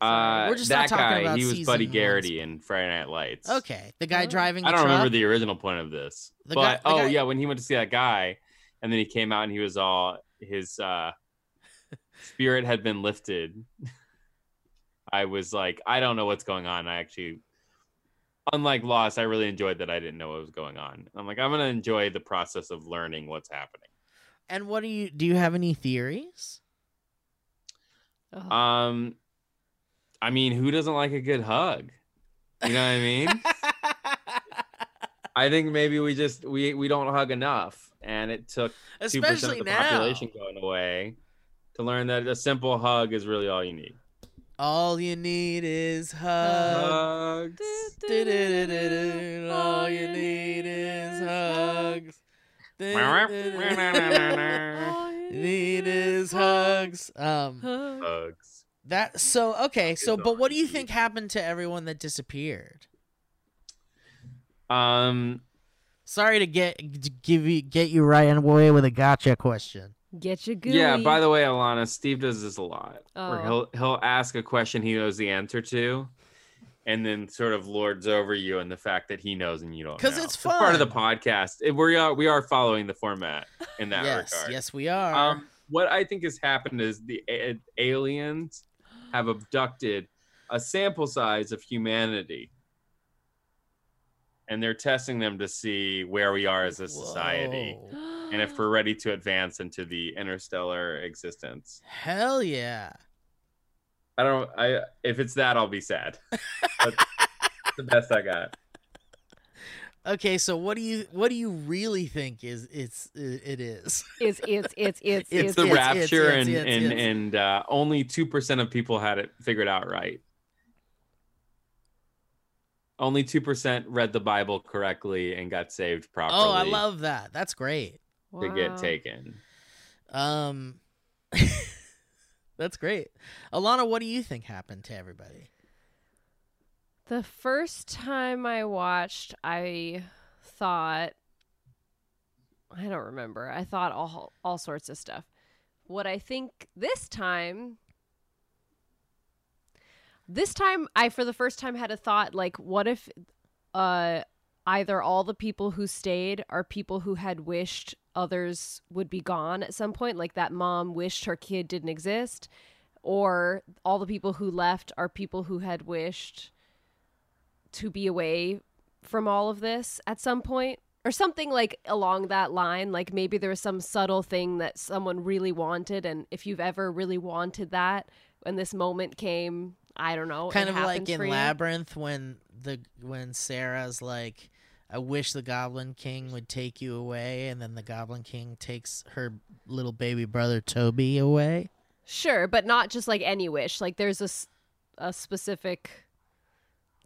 S5: Uh,
S3: We're just
S5: that
S3: not talking
S5: guy,
S3: about
S5: he was
S3: season
S5: Buddy
S3: one's-
S5: Garrity in Friday Night Lights.
S3: Okay, the guy
S4: Oh.
S3: driving. The
S5: I don't
S3: truck.
S5: remember the original point of this,
S3: The guy-
S5: but
S3: the
S5: oh
S3: guy-
S5: yeah, when he went to see that guy, and then he came out and he was all his uh, spirit had been lifted. I was like, I don't know what's going on. I actually, unlike Lost, I really enjoyed that I didn't know what was going on. I'm like, I'm gonna enjoy the process of learning what's happening.
S3: And what do you do? You have any theories?
S4: Ugh.
S5: Um, I mean, who doesn't like a good hug? You know what I mean? I think maybe we just we we don't hug enough, and it took two percent
S3: Especially
S5: of the
S3: now.
S5: population going away to learn that a simple hug is really all you need.
S3: All you need is hugs.
S5: Hugs.
S3: Du-du-du-du-du. All you need is hugs. Du-du-du-du-du.
S4: All you
S3: Need is hugs. Um.
S4: hugs.
S5: Hugs.
S3: That so okay. So,
S5: Is
S3: but what
S5: on
S3: do you
S5: TV.
S3: think happened to everyone that disappeared?
S5: Um,
S3: Sorry to get to give you get you right away with a gotcha question.
S4: Get your gooey.
S5: yeah. By the way, Alana, Steve does this a lot. Where
S4: Oh.
S5: he'll he'll ask a question he knows the answer to, and then sort of lords over you and the fact that he knows and you don't.
S3: 'Cause
S5: know.
S3: it's
S5: part of the
S3: fun.
S5: podcast. It- we are we are following the format in that
S3: yes,
S5: regard.
S3: yes, we are.
S5: Um, what I think has happened is the a- aliens have abducted a sample size of humanity, and they're testing them to see where we are as a society
S3: Whoa.
S5: and if we're ready to advance into the interstellar existence.
S3: Hell yeah.
S5: I don't. I if it's that, I'll be sad. That's the best I got.
S3: Okay, so what do you what do you really think is it's it is?
S4: it's it's it's it's it's
S5: It's, the
S3: it's- it's-
S5: rapture,
S3: it's-
S5: and
S3: it's-
S5: and
S3: it's-
S5: and uh, only two percent of people had it figured out right. Only two percent read the Bible correctly and got saved properly.
S3: Oh, I love that. That's great.
S5: to get
S4: Wow.
S5: taken.
S3: Um That's great. Alana, what do you think happened to everybody?
S4: The first time I watched, I thought I don't remember. I thought all all sorts of stuff. What I think this time this time I for the first time had a thought like what if uh either all the people who stayed are people who had wished others would be gone at some point like that mom wished her kid didn't exist or all the people who left are people who had wished to be away from all of this at some point or something like along that line like maybe there was some subtle thing that someone really wanted and if you've ever really wanted that when this moment came i don't know it
S3: kind of like
S4: happens
S3: in
S4: for you.
S3: Labyrinth when the when Sarah's like I wish the Goblin King would take you away and then the Goblin King takes her little baby brother Toby away.
S4: Sure, but not just like any wish. Like there's a, s- a specific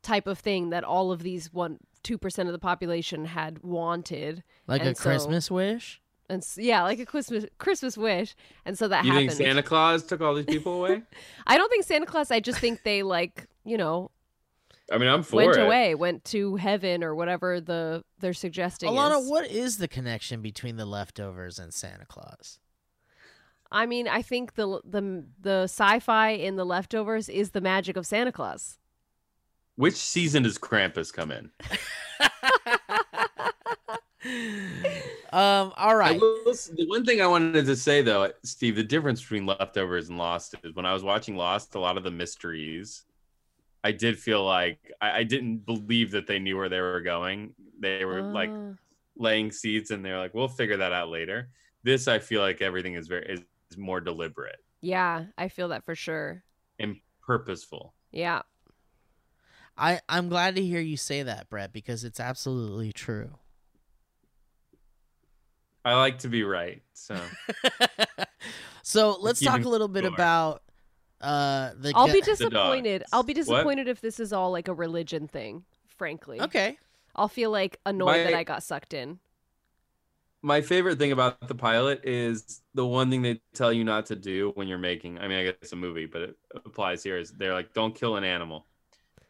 S4: type of thing that all of these one two percent of the population had wanted,
S3: Like a
S4: And so-
S3: Christmas wish?
S4: and s yeah, like a Christmas Christmas wish, and so that
S5: you
S4: happened.
S5: think Santa Claus took all these people away?
S4: I don't think Santa Claus. I just think they like you know
S5: I mean, I'm for
S4: went
S5: it.
S4: away, went to heaven or whatever the they're suggesting.
S3: Alana,
S4: is.
S3: what is the connection between the leftovers and Santa Claus?
S4: I mean, I think the the the sci-fi in the leftovers is the magic of Santa Claus.
S5: Which season does Krampus come in?
S3: um, all
S5: I
S3: right.
S5: will, s- the one thing I wanted to say though, Steve, the difference between leftovers and Lost is when I was watching Lost, a lot of the mysteries, I did feel like I, I didn't believe that they knew where they were going. They were like
S4: Ah.
S5: laying seeds, and they're like, "We'll figure that out later." This, I feel like everything is very is, is more deliberate
S4: yeah, I feel that for sure.
S5: and purposeful.
S4: Yeah.
S3: I, I'm glad to hear you say that, Brett, because it's absolutely true.
S5: I like to be right, so
S3: so let's talk
S5: even
S3: a little bit
S5: sure.
S3: about uh, the.
S4: I'll
S3: gu-
S4: be
S5: dog.
S4: disappointed. I'll be
S5: What?
S4: disappointed if this is all like a religion thing, frankly.
S3: Okay.
S4: I'll feel like annoyed
S5: My-
S4: that I got sucked in.
S5: my favorite thing about the pilot is the one thing they tell you not to do when you're making i mean i guess it's a movie but it applies here is they're like don't kill an animal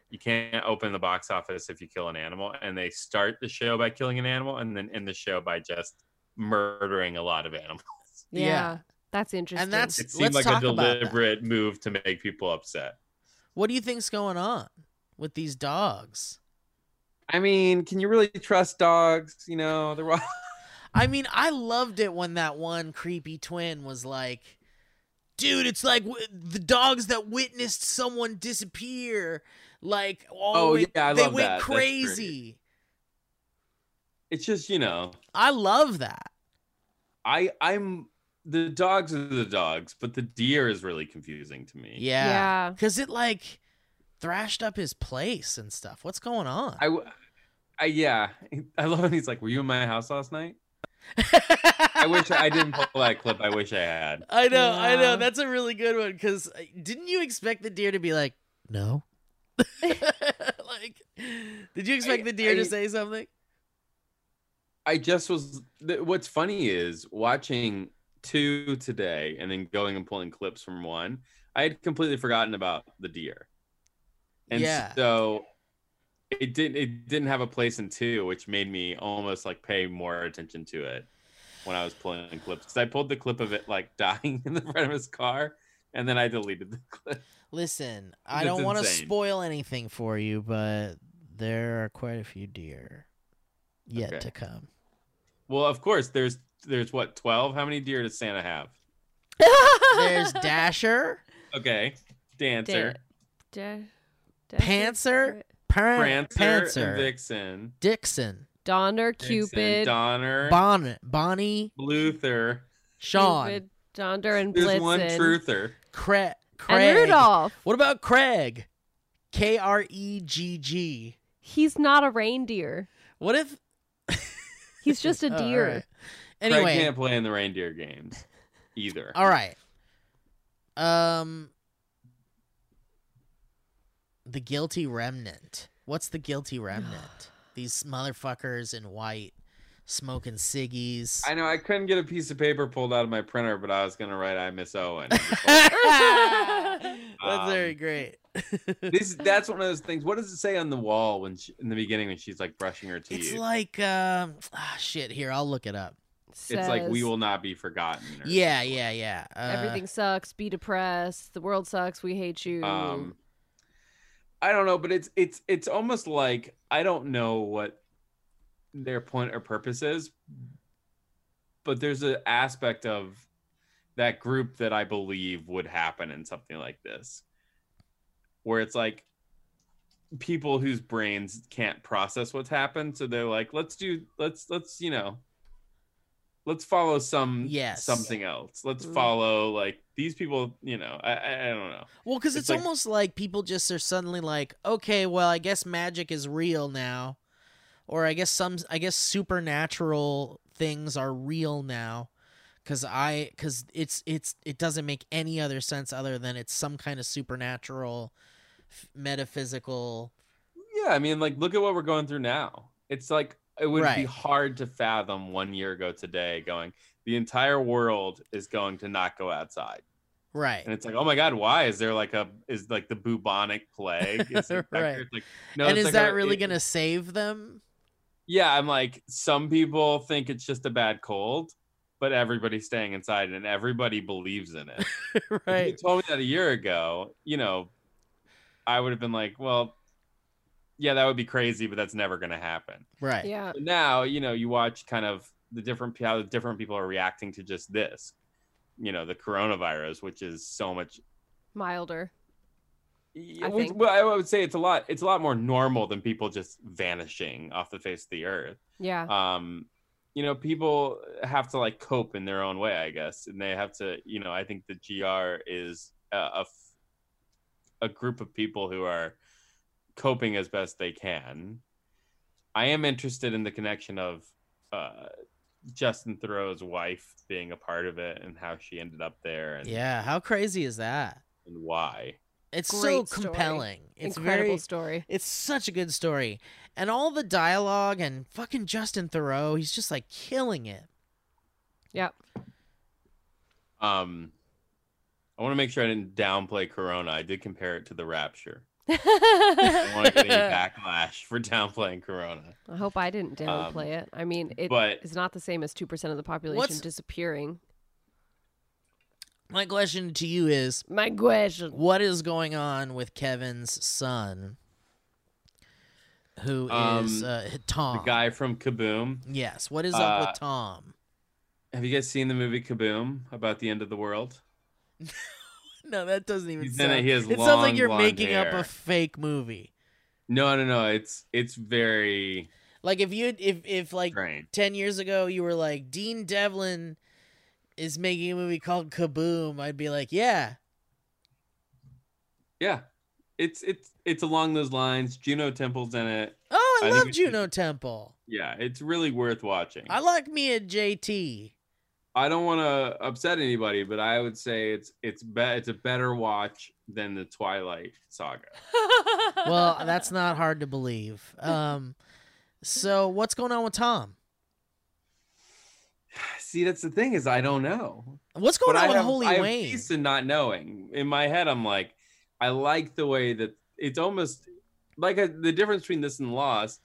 S5: you can't open the box office if you kill an animal and they start the show by killing an animal and then end the show by just murdering a lot of animals
S3: Yeah.
S4: That's interesting.
S3: And that's
S5: it seemed
S3: let's
S5: like a
S3: talk about that.
S5: deliberate move to make people upset
S3: What do you think's going on with these dogs?
S5: i mean can you really trust dogs you know they're
S3: I mean, I loved it when that one creepy twin was like, "Dude, it's like w- the dogs that witnessed someone disappear, like all went-
S5: Oh, yeah, I
S3: they
S5: love
S3: went
S5: that. That's great.
S3: crazy."
S5: it's just you know
S3: I love that.
S5: I I'm the dogs are the dogs, but the deer is really confusing to me.
S3: Yeah.
S4: Yeah.
S3: Cuz it like thrashed up his place and stuff. What's going on?
S5: I, w- I yeah, I love when he's like, "Were you in my house last night?" I wish I didn't pull that clip. I wish I had.
S3: I know, I
S4: Yeah.
S3: know. That's a really good one cuz didn't you expect the deer to be like, "No?" like did you expect
S5: I-
S3: the deer
S5: I-
S3: to say something?
S5: I just was. Th- what's funny is watching two today and then going and pulling clips from one. I had completely forgotten about the deer, and
S3: yeah.
S5: so it didn't. It didn't have a place in two, which made me almost like pay more attention to it when I was pulling clips. 'Cause I pulled the clip of it like dying in the front of his car, and then I deleted the clip.
S3: Listen, I
S5: That's
S3: don't want to
S5: insane.
S3: spoil anything for you, but there are quite a few deer yet
S5: Okay.
S3: to come.
S5: Well, of course, there's there's what twelve. How many deer does Santa have?
S3: There's Dasher,
S5: Okay. Dancer,
S4: Da- da-
S3: Panther, Pran-
S5: Prancer,
S3: Uh, Prancer,
S5: and Vixen.
S3: Dixon,
S4: Donner,
S5: Vixen,
S4: Cupid,
S5: Donner,
S3: Bon, Bonnie,
S5: Luther.
S3: Sean,
S4: Cupid, Donder, and
S5: There's
S4: Blitzen.
S5: one truther.
S3: Cra- Craig.
S4: And Rudolph.
S3: What about Craig? K R E G G.
S4: He's not a reindeer.
S3: What if?
S4: He's just a
S3: Oh, all
S4: deer.
S3: right.
S5: Anyway,
S3: Anyway,
S5: can't play in the reindeer games either.
S3: all right. Um, the guilty remnant. What's the guilty remnant? These motherfuckers in white, smoking ciggies.
S5: I know I couldn't get a piece of paper pulled out of my printer, but I was gonna write I miss Owen.
S3: That's
S5: Um,
S3: very great.
S5: this that's one of those things. What does it say on the wall when she, in the beginning when she's like brushing her teeth?
S3: It's like um, ah, shit. Here, I'll look it up.
S5: It's like, we
S4: Says,
S5: will not be forgotten. or
S3: Yeah, yeah, yeah. Uh,
S4: Everything sucks. Be depressed. The world sucks. We hate you.
S5: um i don't know but it's it's it's almost like i don't know what their point or purpose is but there's an aspect of that group that i believe would happen in something like this where it's like people whose brains can't process what's happened so they're like let's do let's let's you know let's follow some
S3: Yes.
S5: something else let's
S4: Mhm.
S5: follow like these people you know i i, I don't know
S3: Well, because it's,
S5: It's like-
S3: almost like people just are suddenly like, okay, well, I guess magic is real now, or I guess some, I guess supernatural things are real now, because I, because it's, it's, it doesn't make any other sense other than it's some kind of supernatural, f- metaphysical.
S5: Yeah, I mean, like, look at what we're going through now. It's like it would be
S3: Right.
S5: hard to fathom one year ago today going, the entire world is going to not go outside.
S3: Right.
S5: And it's like, oh my god, why is there like a is like the bubonic plague? Is it back
S3: Right.
S5: here? It's like, no,
S3: and
S5: it's
S3: is
S5: like
S3: that
S5: a-
S3: really
S5: it-
S3: gonna save them?
S5: Yeah, I'm like, some people think it's just a bad cold, but everybody's staying inside and everybody believes in it. If you
S3: right.
S5: told me that a year ago, you know, I would have been like, well, yeah, that would be crazy, but that's never gonna happen.
S3: Right.
S4: yeah.
S5: But now you know you watch kind of the different how the different people are reacting to just this you know the coronavirus which is so much
S4: Milder.
S5: I
S4: think-
S5: well i would say it's a lot it's a lot more normal than people just vanishing off the face of the earth
S4: Yeah.
S5: um you know people have to like cope in their own way i guess and they have to you know i think the gr is a, a f- a group of people who are coping as best they can i am interested in the connection of uh justin thoreau's wife being a part of it and how she ended up there and,
S3: Yeah. How crazy is that?
S5: and why
S3: It's so
S4: Great story.
S3: compelling. It's
S4: Incredible
S3: very
S4: story.
S3: It's such a good story. And all the dialogue and fucking Justin Thoreau, he's just like killing it.
S4: Yep.
S5: um i want to make sure i didn't downplay corona i did compare it to the rapture i don't want to get any backlash for downplaying corona
S4: I hope I didn't downplay it. I mean, it
S5: Um, but
S4: is not the same as 2% of the population
S3: What's-
S4: disappearing.
S3: My question to you is
S4: My question.
S3: what is going on with Kevin's son? Who is
S5: Um,
S3: uh, Tom?
S5: the guy from Kaboom.
S3: Yes. What is up
S5: Uh,
S3: with Tom?
S5: Have you guys seen the movie Kaboom about the end of the world?
S3: No, that doesn't even
S5: he's in
S3: sound.
S5: it, he has
S3: it sounds like
S5: long
S3: you're
S5: blonde
S3: making up a
S5: hair.
S3: fake movie.
S5: No, no, no. It's it's very
S3: Like if you if if like
S5: strange.
S3: 10 years ago you were like dean devlin is making a movie called kaboom i'd be like yeah
S5: Yeah, it's it's it's along those lines. Juno Temple's in it.
S3: oh i,
S5: I think
S3: love
S5: it's-
S3: juno temple
S5: Yeah, it's really worth watching.
S3: i like me and jt
S5: I don't want to upset anybody, but I would say it's it's be- it's a better watch than the Twilight Saga.
S3: well that's not hard to believe um so what's going on with tom
S5: See, that's the thing is I don't know.
S3: what's going
S5: But
S3: on
S5: I
S3: with
S5: have,
S3: holy
S5: I have
S3: wayne
S5: peace in not knowing. In my head, I'm like, I like the way that it's almost like a, the difference between this and Lost,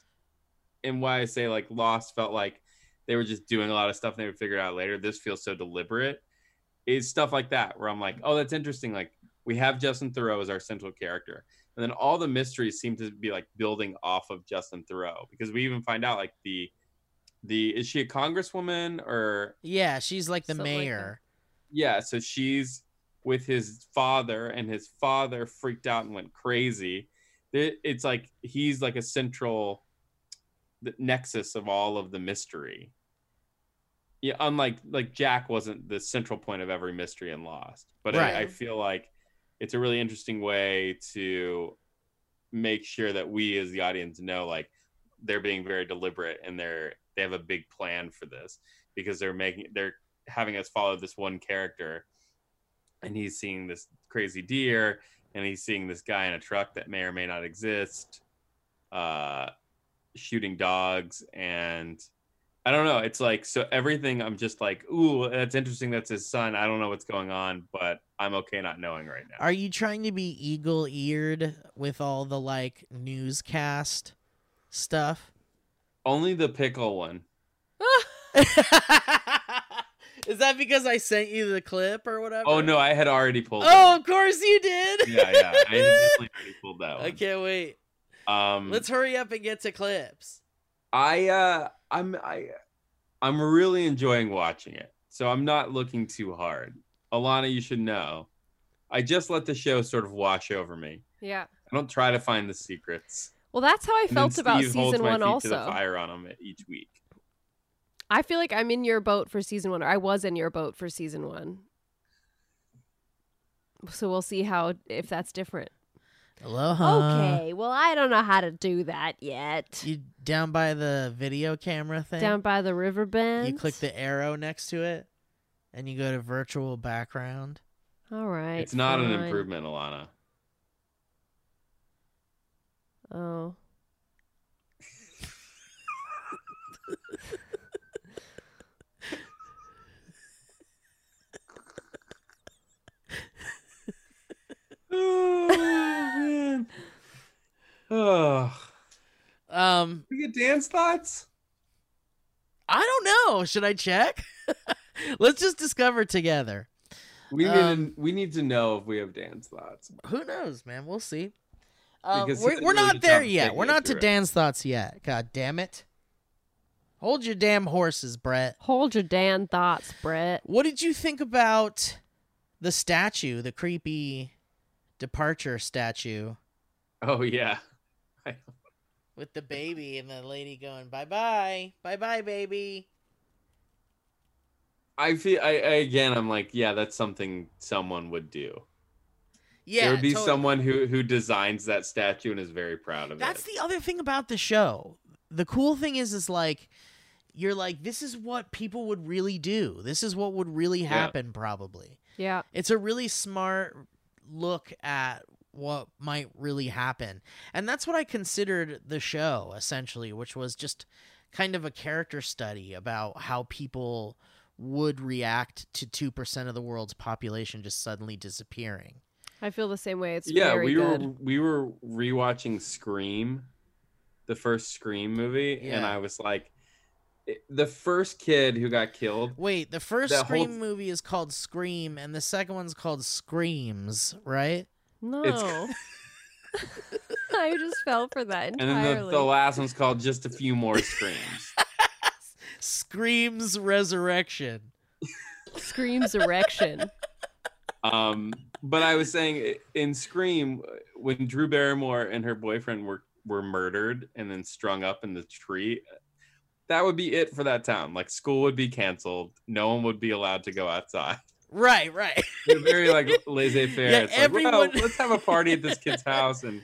S5: and why I say like Lost felt like they were just doing a lot of stuff and they would figure it out later. This feels so deliberate. Is stuff like that where I'm like, oh, that's interesting. Like we have Justin Thoreau as our central character, and then all the mysteries seem to be like building off of Justin Thoreau because we even find out like the the is she a congresswoman or
S3: yeah she's like the
S4: Something like that.
S3: mayor
S5: yeah, so she's with his father, and his father freaked out and went crazy. It- It's like he's like a central th- nexus of all of the mystery. Yeah, unlike like Jack wasn't the central point of every mystery in Lost, but
S3: Right.
S5: I, I feel like it's a really interesting way to make sure that we as the audience know like they're being very deliberate and they're they have a big plan for this because they're making they're having us follow this one character and he's seeing this crazy deer and he's seeing this guy in a truck that may or may not exist uh shooting dogs and i don't know it's like so everything i'm just like ooh that's interesting that's his son i don't know what's going on but i'm okay not knowing right now
S3: Are you trying to be eagle eared with all the like newscast stuff?
S5: only the pickle one
S3: Is that because I sent you the clip or whatever?
S5: oh no i had already pulled it.
S3: Oh, of course you did.
S5: yeah yeah i had definitely already pulled that one
S3: I can't wait.
S5: um
S3: Let's hurry up and get to clips.
S5: I uh I'm I I'm really enjoying watching it. So I'm not looking too hard. Alana, you should know. I just let the show sort of wash over me.
S4: Yeah.
S5: I don't try to find the secrets.
S4: Well, that's how I
S5: And then
S4: felt about
S5: Steve holds
S4: season
S5: my
S4: one.
S5: feet to the
S4: Also,
S5: fire on them each week.
S4: I feel like I'm in your boat for season one, or I was in your boat for season one. So we'll see how if that's different.
S3: Aloha.
S4: okay. Well, I don't know how to do that yet.
S3: You down by the video camera thing?
S4: Down by the river bend.
S3: you click the arrow next to it and you go to virtual background.
S4: All right.
S5: it's not an
S4: fine.
S5: improvement, Alana.
S4: Oh.
S5: Oh man. Oh.
S3: Um,
S5: We get dance thoughts?
S3: I don't know. Should I check? Let's just discover together.
S5: We need
S3: Um,
S5: to, we need to know if we have dance thoughts.
S3: Who knows, man? We'll see. Um,
S5: Because
S3: we're
S5: it's
S3: we're
S5: really
S3: not
S5: just
S3: there
S5: not
S3: yet.
S5: taking
S3: We're
S5: it
S3: not to
S5: through.
S3: Dan's thoughts yet. God damn it. Hold your damn horses, Brett.
S4: Hold your damn thoughts, Brett.
S3: What did you think about the statue, the creepy departure statue
S5: Oh yeah.
S3: with the baby and the lady going, bye bye, bye bye, baby?
S5: I feel I, I again I'm like, yeah, that's something someone would do.
S3: Yeah.
S5: there would be
S3: totally.
S5: someone who who designs that statue and is very proud of
S3: That's
S5: it.
S3: the other thing about the show. The cool thing is, is like, you're like, this is what people would really do. This is what would really happen, probably.
S4: Yeah.
S3: It's a really smart look at what might really happen. And that's what I considered the show, essentially, which was just kind of a character study about how people would react to 2% of the world's population just suddenly disappearing.
S4: I feel the same way. It's
S5: yeah,
S4: very
S5: we
S4: good.
S5: were we were rewatching Scream, the first Scream movie, and
S3: Yeah.
S5: I was like, it- the first kid who got killed.
S3: Wait, the first
S5: That whole-
S3: Scream movie is called Scream, and the second one's called Screams, right?
S4: No. I just fell for that
S5: And then the,
S4: entirely.
S5: the last one's called Just a Few More Screams.
S3: Screams Resurrection.
S4: Screams erection.
S5: um, but I was saying in Scream, when Drew Barrymore and her boyfriend were were murdered and then strung up in the tree, that would be it for that town. Like school would be canceled, no one would be allowed to go outside.
S3: Right, right.
S5: They're very like laissez faire.
S3: Yeah,
S5: it's
S3: everyone-
S5: like, well, let's have a party at this kid's house, and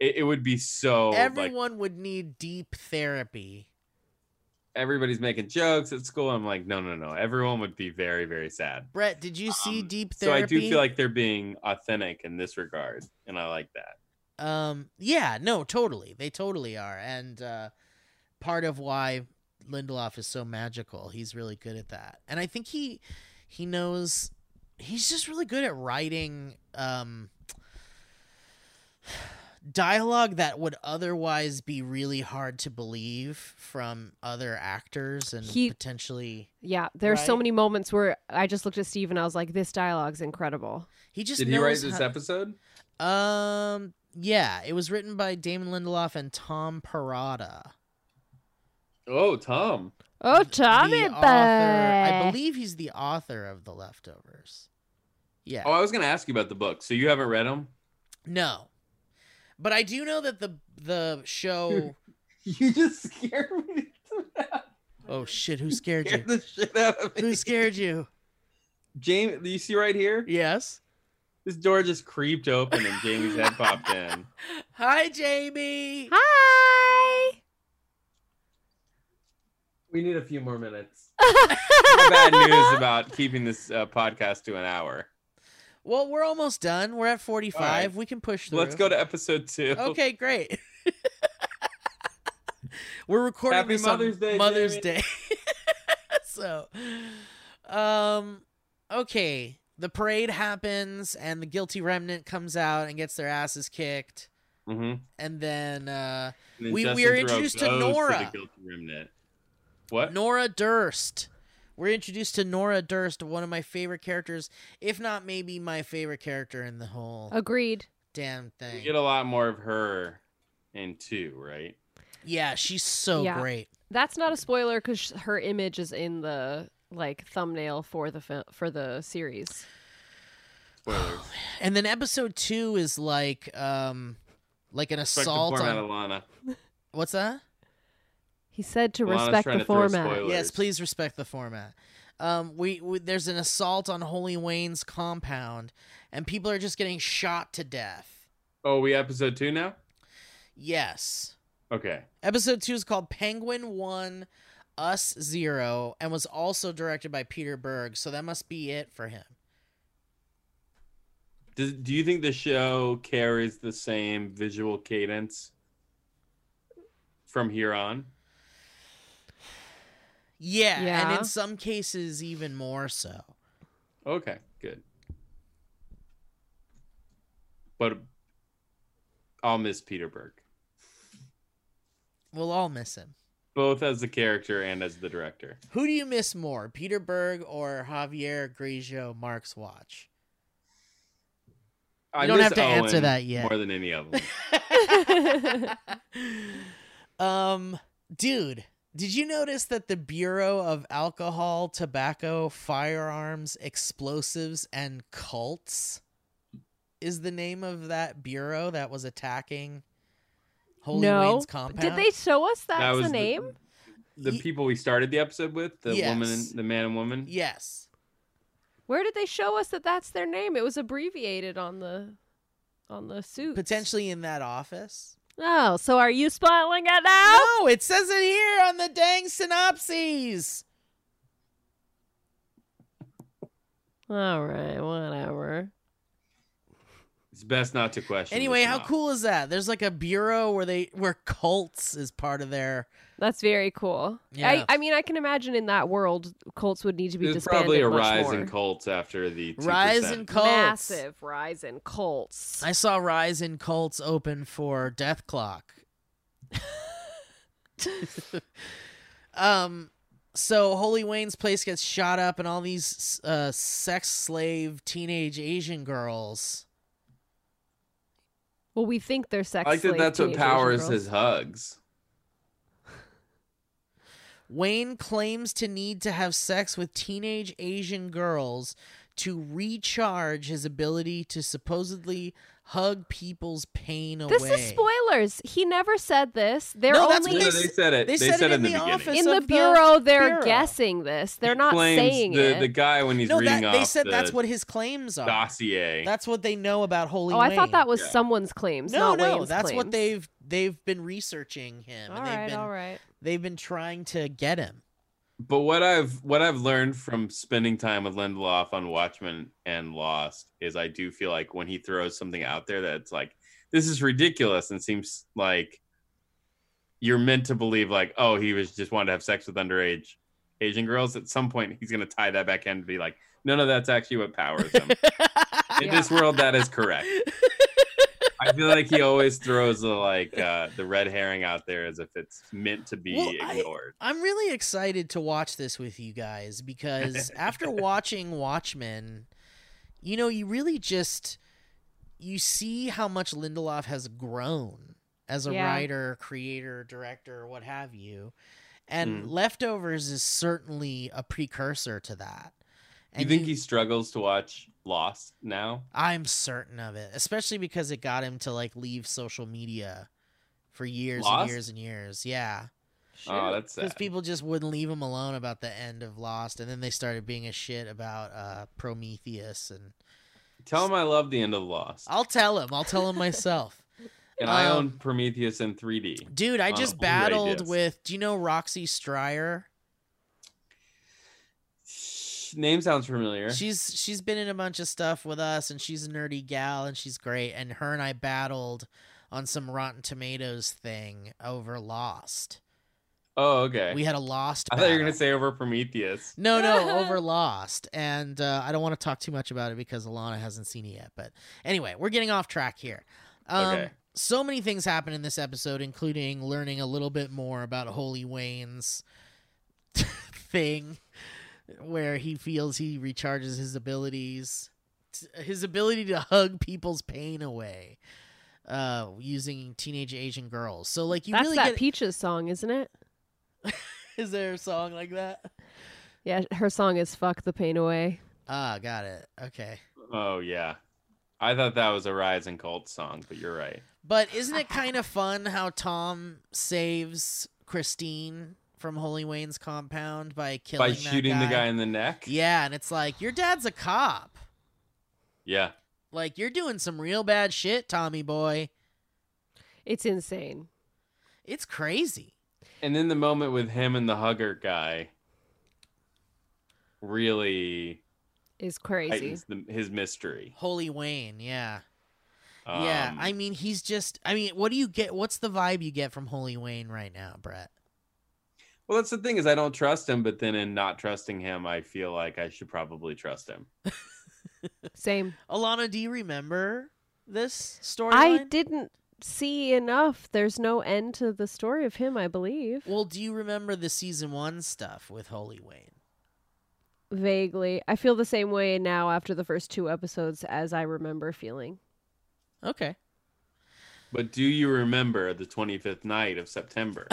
S5: it, it would be so like
S3: Everyone would need deep therapy.
S5: everybody's making jokes at school. I'm like, no, no, no. Everyone would be very, very sad.
S3: Brett, did you see
S5: Um,
S3: deep
S5: So I
S3: therapy?
S5: do feel like they're being authentic in this regard, and I like that.
S3: um yeah, no, totally. They totally are. And uh part of why Lindelof is so magical. He's really good at that. And I think he he knows he's just really good at writing um dialogue that would otherwise be really hard to believe from other actors and
S4: He-
S3: potentially
S4: Yeah, there's so
S3: Right?
S4: many moments where I just looked at Steve and I was like, "This dialogue's incredible."
S3: he just
S5: Did he write
S3: knows
S5: this
S3: how-
S5: episode?
S3: Um, yeah, it was written by Damon Lindelof and Tom Parada.
S5: Oh, Tom.
S4: Oh, Tommy
S3: the author, I believe he's the author of The Leftovers. Yeah.
S5: Oh, I was gonna ask you about the book. So you haven't read them?
S3: No. But I do know that the the show
S5: You just scared me.
S3: Oh shit, who scared
S5: Scared
S3: you?
S5: the shit out of me.
S3: Who scared you?
S5: Jamie, do you see right here?
S3: Yes.
S5: This door just creeped open and Jamie's head popped in.
S3: Hi Jamie.
S4: Hi.
S5: We need a few more minutes. Bad news about keeping this uh, podcast to an hour.
S3: Well, we're almost done. We're at 45.
S5: All right.
S3: We can push through.
S5: Let's go to episode two.
S3: Okay, great. We're recording
S5: Happy
S3: this on
S5: Mother's Day,
S3: Mother's Day. so, um, okay, the parade happens, and the guilty remnant comes out and gets their asses kicked,
S5: Mm-hmm. And
S3: and then uh,
S5: then
S3: We- we
S5: Justin
S3: are
S5: Theroux
S3: introduced to
S5: goes
S3: Nora.
S5: the guilty remnant. What?
S3: Nora Durst. We're introduced to Nora Durst, one of my favorite characters, if not maybe my favorite character in the whole
S4: Agreed.
S3: damn
S5: We
S3: thing.
S5: get a lot more of her in two, right?
S3: Yeah, she's so
S4: Yeah.
S3: great.
S4: That's not a spoiler because her image is in the like thumbnail for the fil- for the series.
S5: Spoilers.
S3: And then episode two is like, um, like an
S5: Respect the
S3: assault
S5: format,
S3: on
S5: Alana.
S3: what's that?
S4: He said to
S5: Well, I was
S4: respect
S5: trying
S4: the
S5: to throw a
S4: format.
S5: spoiler.
S3: Yes,
S5: Spoilers.
S3: please respect the format. Um, we, we there's an assault on Holy Wayne's compound, and people are just getting shot to death.
S5: Oh, we episode two now?
S3: Yes,
S5: Okay.
S3: episode two is called Penguin One, Us Zero, and was also directed by Peter Berg. So that must be it for him.
S5: Does, do you think the show carries the same visual cadence from here on?
S3: Yeah, and
S4: Yeah.
S3: in some cases even more so.
S5: Okay, good. But I'll miss Peter Berg,
S3: We'll all miss him.
S5: both as the character and as the director.
S3: Who do you miss more, Peter Berg or Javier Grigio Mark's watch?
S5: I
S3: You don't
S5: miss
S3: have to answer
S5: Owen
S3: that yet.
S5: More than any of them.
S3: um, dude, did you notice that the Bureau of Alcohol, Tobacco, Firearms, Explosives, and Cults is the name of that bureau that was attacking Holy
S4: No.
S3: Wayne's compound?
S4: Did they show us that's
S5: That was
S4: the
S5: the-
S4: name?
S5: the
S3: Ye-
S5: people we started the episode with, the woman, and,
S3: Yes.
S5: the man and woman.
S3: Yes.
S4: Where did they show us that that's their name? It was abbreviated on the on the suit.
S3: Potentially in that office.
S4: Oh, so are you spoiling it now?
S3: No, it says it here on the dang synopses.
S4: All right, whatever.
S5: It's best not to question.
S3: Anyway,
S5: this
S3: how
S5: now.
S3: cool is that? There's like a bureau where they where cults is part of their
S4: That's very cool.
S3: Yeah.
S4: I, I mean, I can imagine in that world, cults would need to be
S5: There's
S4: disbanded
S5: probably a
S4: much
S5: rise
S4: more.
S5: in cults after the 2%.
S3: rise in cults.
S4: Massive rise in cults.
S3: I saw Rise in Cults open for Death Clock. um, so Holy Wayne's place gets shot up, and all these uh, sex slave teenage Asian girls.
S4: well, we think they're sex.
S5: I like that.
S4: slave
S5: That's what
S4: teenage Asian
S5: powers
S4: girls.
S5: his hugs.
S3: Wayne claims to need to have sex with teenage Asian girls to recharge his ability to supposedly hug people's pain
S4: This
S3: away.
S4: is spoilers. He never said this. They're
S3: No, that's
S4: only
S5: No,
S3: what
S5: they
S3: s-
S5: said it.
S3: they said it in
S5: it in the,
S3: the
S5: beginning.
S3: office.
S4: in
S3: of
S4: the
S3: the
S4: bureau. they're
S3: bureau.
S4: guessing this. They're
S5: He
S4: not
S5: claims
S4: saying
S5: the,
S4: it.
S5: The guy when he's
S3: no,
S5: reading
S3: that,
S5: off
S3: they said
S5: the
S3: that's what his claims are.
S5: dossier.
S3: That's what they know about Holy.
S4: oh, I thought
S3: Wayne.
S4: that was
S5: Yeah.
S4: someone's claims,
S3: no,
S4: not
S3: no.
S4: Wayne's
S3: that's what
S4: claims.
S3: they've they've been researching him,
S4: All
S3: and they've
S4: right,
S3: been
S4: all right.
S3: they've been trying to get him.
S5: But what I've what I've learned from spending time with Lindelof on Watchmen and Lost is I do feel like when he throws something out there that's like this is ridiculous and seems like you're meant to believe like oh he was just wanted to have sex with underage Asian girls at some point he's gonna tie that back in and be like no no that's actually what powers him in
S4: Yeah.
S5: this world that is correct I feel like he always throws the like uh, the red herring out there as if it's meant to be
S3: Well, I-
S5: ignored.
S3: I'm really excited to watch this with you guys because after watching Watchmen, you know, you really just you see how much Lindelof has grown as a
S4: Yeah.
S3: writer, creator, director, what have you. And
S5: Hmm.
S3: Leftovers is certainly a precursor to that.
S5: you think he struggles to watch Lost now?
S3: I'm certain of it, especially because it got him to like leave social media for years and
S5: Lost?
S3: years and years. Yeah.
S5: Oh, that's
S3: Because
S5: sad.
S3: people just wouldn't leave him alone about the end of Lost, and then they started being a shit about uh, Prometheus, and
S5: Tell him I love the end of Lost,
S3: I'll tell him. I'll tell him myself,
S5: and I
S3: um,
S5: own Prometheus in 3D.
S3: dude. I
S5: On a
S3: just
S5: Blu-ray
S3: battled
S5: disc.
S3: with. Do you know Roxy Stryer?
S5: Sh- Name sounds familiar.
S3: She's she's been in a bunch of stuff with us, and she's a nerdy gal, and she's great. And her and I battled on some Rotten Tomatoes thing over Lost.
S5: oh, okay.
S3: We had a Lost.
S5: I thought you were
S3: battle.
S5: gonna say over Prometheus.
S3: No, no, over Lost. And uh, I don't want to talk too much about it because Alana hasn't seen it yet. But anyway, we're getting off track here. Um,
S5: Okay.
S3: So many things happen in this episode, including learning a little bit more about Holy Wayne's thing, where he feels he recharges his abilities, t- his ability to hug people's pain away uh, using teenage Asian girls. So, like, you
S4: That's
S3: really
S4: that
S3: get.
S4: Peaches song, isn't it?
S3: is there a song like that?
S4: Yeah, her song is "Fuck the Pain Away."
S3: Ah, got it. Okay.
S5: Oh yeah, I thought that was a Rise and Cult song, but you're right.
S3: But isn't it kind of fun how Tom saves Christine from Holy Wayne's compound by killing
S5: By
S3: that
S5: shooting the guy in the neck.
S3: Yeah, and it's like your dad's a cop.
S5: Yeah.
S3: Like you're doing some real bad shit, Tommy boy.
S4: It's insane.
S3: It's crazy.
S5: And then the moment with him and the hugger guy really
S4: It's crazy.
S5: heightens the, his mystery.
S3: Holy Wayne, yeah.
S5: Um,
S3: yeah, I mean he's just I mean, what do you get what's the vibe you get from Holy Wayne right now, Brett?
S5: well, that's the thing is I don't trust him, but then in not trusting him, I feel like I should probably trust him.
S4: Same.
S3: Alana, do you remember this storyline?
S4: I didn't see enough. There's no end to the story of him, I believe.
S3: Well, do you remember the season 1 stuff with Holy Wayne?
S4: Vaguely. I feel the same way now after the first two episodes as I remember feeling.
S3: Okay.
S5: But do you remember the 25th night of September?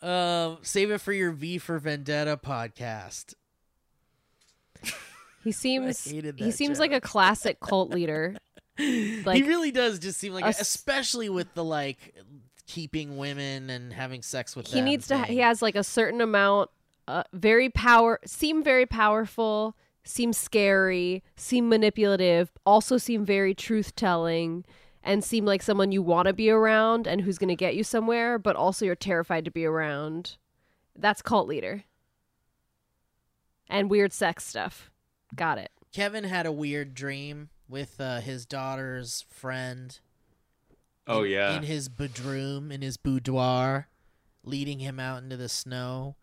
S3: um, save it for your V for Vendetta podcast.
S4: He seems
S3: hated
S4: he
S3: that
S4: seems like a
S3: joke.
S4: classic cult leader.
S3: he
S4: Like,
S3: really does just seem like,
S4: a
S3: a,
S4: s-
S3: especially with the like keeping women and having sex with
S4: he
S3: them
S4: needs to ha- he
S3: thing.
S4: has like a certain amount uh, very power seem very powerful, seem scary, seem manipulative, also seem very truth-telling and seem like someone you want to be around and who's going to get you somewhere, but also you're terrified to be around. That's cult leader. And weird sex stuff. Got it.
S3: Kevin had a weird dream with uh, his daughter's friend.
S5: oh
S3: in-
S5: yeah.
S3: in his bedroom in his boudoir leading him out into the snow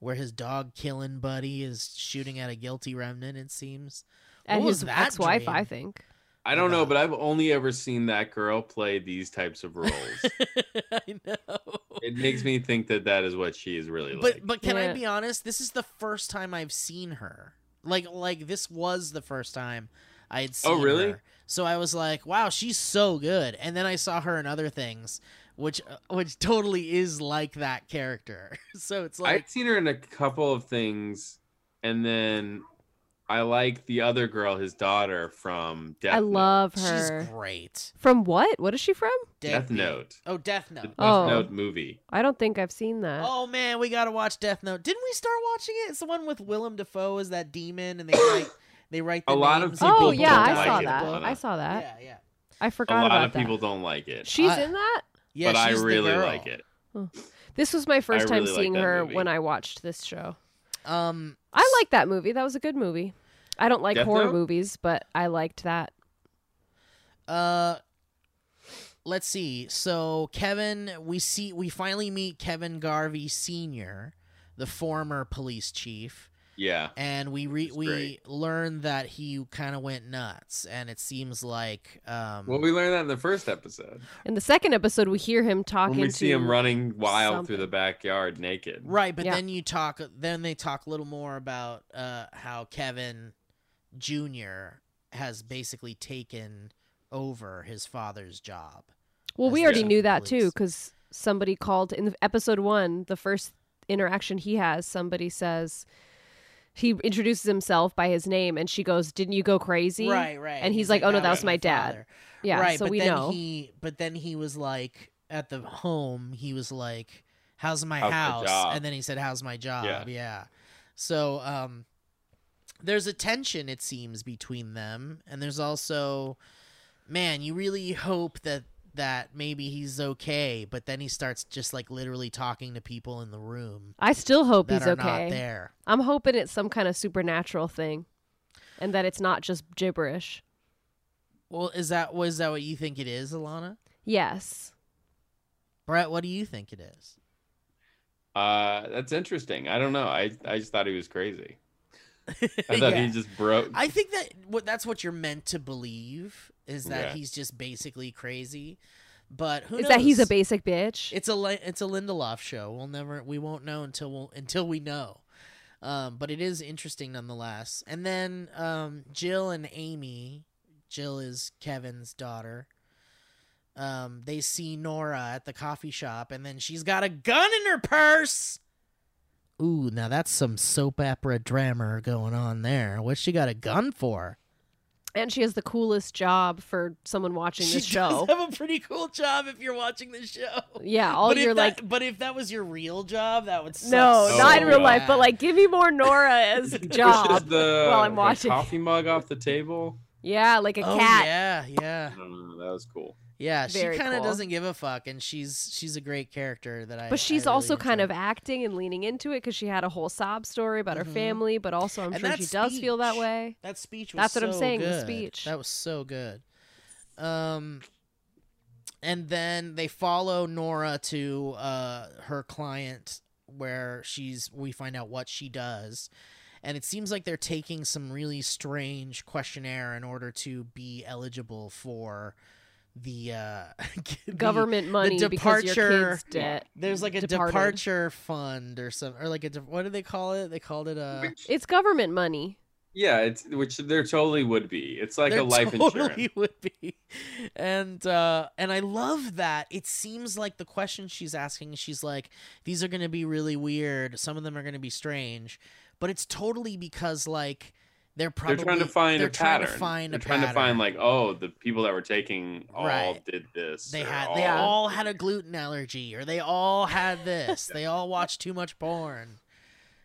S3: where his dog killing buddy is shooting at a guilty remnant it seems
S4: And
S3: What was
S4: his
S3: that
S4: ex-wife, I
S3: dream?
S4: think.
S5: I don't know, but I've only ever seen that girl play these types of roles.
S3: i know
S5: it makes me think that that is what she is really like.
S3: but but can i
S4: Yeah.
S3: be honest this is the first time i've seen her like like this was the first time i had seen
S5: Oh, really?
S3: her. so i was like wow she's so good and then i saw her in other things which uh, which totally is like that character so it's like
S5: I'd seen her in a couple of things, and then I like the other girl, his daughter from Death
S4: I
S5: Note.
S4: love her.
S3: she's great
S4: From what? What is she from?
S5: Death
S3: Note.
S5: Note,
S3: Oh, Death
S5: the
S3: Note.
S5: Death
S4: Oh.
S5: Note movie.
S4: I don't think I've seen that.
S3: Oh man, we gotta watch Death Note. Didn't we start watching it? It's the one with Willem Dafoe as that demon, and they write they write the
S5: A lot of
S3: names
S5: people
S4: Oh,
S3: people
S4: yeah,
S5: don't
S4: I
S3: die
S5: like
S4: saw
S5: it,
S3: in the
S4: that.
S5: but,
S3: book.
S5: uh,
S4: I saw that.
S3: Yeah, yeah,
S4: I forgot
S5: a lot
S4: about
S5: of
S4: that.
S5: people don't like it,
S4: She's
S3: I-
S4: in that.
S3: yeah.
S5: but I
S3: she's the
S5: really
S3: girl.
S5: like it.
S4: This was my first time
S5: really like
S4: seeing
S5: that
S4: her
S5: movie.
S4: when I watched this show.
S3: Um,
S4: I like that movie. That was a good movie. I don't like
S5: Death
S4: horror
S5: Note?
S4: movies, but I liked that.
S3: Uh, let's see. So Kevin, we see we finally meet Kevin Garvey Senior, the former police chief.
S5: Yeah,
S3: and we re-
S5: It's
S3: we
S5: great.
S3: learned that he kind of went nuts, and it seems like um,
S5: well, we learned that in the first episode
S4: In the second episode, we hear him talking
S5: when we
S4: to
S5: see him running wild through
S4: something.
S5: the backyard naked.
S3: right. But
S4: Yeah.
S3: then you talk, then they talk a little more about uh, how Kevin Jr. has basically taken over his father's job.
S4: Well, we
S3: As
S4: already
S3: chief
S4: knew
S3: of
S4: that too
S3: police.
S4: because somebody called in the episode one, the first interaction he has, somebody says, he introduces himself by his name and she goes, Didn't you go crazy?
S3: right, right.
S4: And he's like, "Oh, no, that was my dad."
S3: father."
S4: Yeah.
S3: right,
S4: so
S3: but
S4: we
S3: then
S4: know.
S3: he but then he was like at the home, he was like, How's my
S5: How's my
S3: house?
S5: job?
S3: and then he said, How's my job?
S5: Yeah.
S3: So um there's a tension it seems between them and there's also man, you really hope that that maybe he's okay, but then he starts just like literally talking to people in the room
S4: I still hope
S3: that
S4: he's
S3: are not
S4: okay.
S3: there.
S4: I'm hoping it's some kind of supernatural thing and that it's not just gibberish.
S3: Well, is that was that what you think it is, Alana?
S4: Yes.
S3: Brett, what do you think it is?
S5: Uh, that's interesting. I don't know. I I just thought he was crazy. I thought
S3: Yeah.
S5: he just broke.
S3: I think that what that's what you're meant to believe is that
S5: Yeah.
S3: he's just basically crazy. But who
S4: Is
S3: knows?
S4: that he's a basic bitch?
S3: It's a Li- it's a Lindelof show. We'll never we won't know until we'll, until we know. Um, but it is interesting nonetheless. And then um, Jill and Amy, Jill is Kevin's daughter. Um, they see Nora at the coffee shop, and then she's got a gun in her purse. Ooh, now that's some soap opera drama going on there. What's she got a gun for?
S4: and she has the coolest job for someone watching
S3: she
S4: this show.
S3: does have a pretty cool job if you're watching this show.
S4: Yeah, all
S3: but
S4: your
S3: if that,
S4: like
S3: but if that was your real job, that would suck
S4: No,
S3: so
S4: not in real
S5: bad.
S4: life, but like give me more Nora as
S5: Pushes
S4: job.
S5: the,
S4: while I'm
S5: the
S4: watching.
S5: coffee mug off the table.
S4: Yeah, like a
S3: oh,
S4: cat.
S3: Yeah, yeah,
S5: I don't know. That was cool.
S3: yeah. She
S4: Very
S3: kind of
S4: cool.
S3: doesn't give a fuck, and she's she's a great character that I.
S4: But she's
S3: I really
S4: also kind
S3: enjoy.
S4: of acting and leaning into it because she had a whole sob story about her
S3: Mhm.
S4: family, but also I'm
S3: And
S4: sure
S3: that
S4: she does feel that
S3: speech.
S4: way.
S3: that speech. Was
S4: That's what I'm
S3: so
S4: saying, the
S3: good.
S4: speech.
S3: that was so good. Um, and then they follow Nora to uh her client where she's. We find out what she does. And it seems like they're taking some really strange questionnaire in order to be eligible for the uh, the-
S4: Government money because your
S3: departure-
S4: kid's debt.
S3: There's like a
S4: Departed.
S3: departure fund or some or like a de- what do they call it? They called it a
S5: Which-
S4: It's government money.
S5: yeah, it's which there totally would be. It's like
S3: there
S5: a life
S3: totally
S5: insurance.
S3: would be. And uh and I love that. It seems like the question she's asking, she's like these are going to be really weird. Some of them are going to be strange, but it's totally because like they're probably
S5: they're trying to find
S3: they're
S5: a
S3: trying
S5: pattern.
S3: To find
S5: they're
S3: a
S5: trying to
S3: pattern.
S5: find like, oh, the people that were taking all
S3: Right.
S5: did this.
S3: They
S5: or
S3: had they
S4: all-
S3: all had a gluten allergy or they all had this. they all watched too much porn.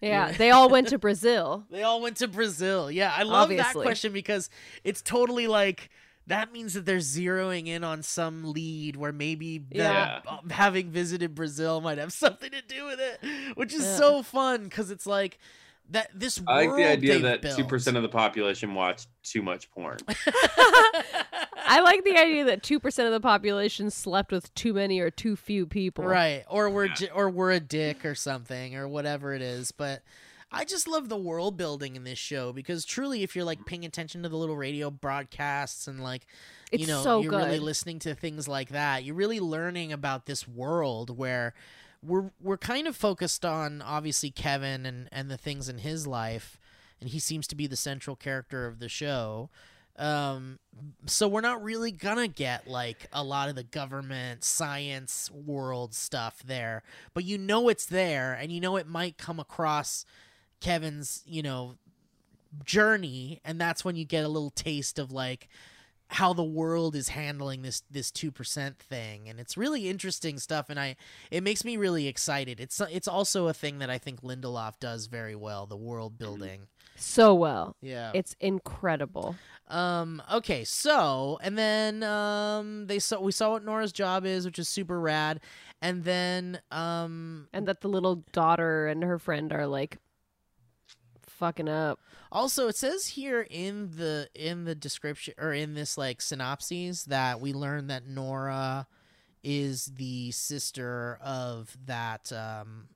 S4: Yeah,
S3: Yeah.
S4: they all went to Brazil.
S3: They all went to Brazil. Yeah, I love that
S4: Obviously.
S3: question because it's totally like that means that they're zeroing in on some lead where maybe
S5: Yeah.
S3: them uh, having visited Brazil might have something to do with it, which is
S4: Yeah.
S3: so fun because it's like that this
S5: I like
S3: world
S5: the idea
S3: they've
S5: that
S3: built.
S5: two percent of the population watched too much porn.
S4: I like the idea that 2% of the population slept with too many or too few people.
S3: right or we're
S5: Yeah.
S3: j- or we're a dick or something or whatever it is but i just love the world building in this show because truly if you're like paying attention to the little radio broadcasts and like
S4: It's
S3: you know
S4: so
S3: you're
S4: good.
S3: really listening to things like that you're really learning about this world where we're we're kind of focused on obviously kevin and and the things in his life and he seems to be the central character of the show um so we're not really gonna get like a lot of the government science world stuff there but you know it's there and you know it might come across kevin's you know journey and that's when you get a little taste of like how the world is handling this this 2% thing and it's really interesting stuff and I it makes me really excited. It's it's also a thing that I think Lindelof does very well, the world building.
S4: So well.
S3: Yeah.
S4: It's incredible.
S3: Um. Okay. So, and then um, they saw we saw what Nora's job is, which is super rad, and then um,
S4: And that the little daughter and her friend are like fucking up.
S3: also it says here in the in the description or in this like synopses that we learn that Nora is the sister of that um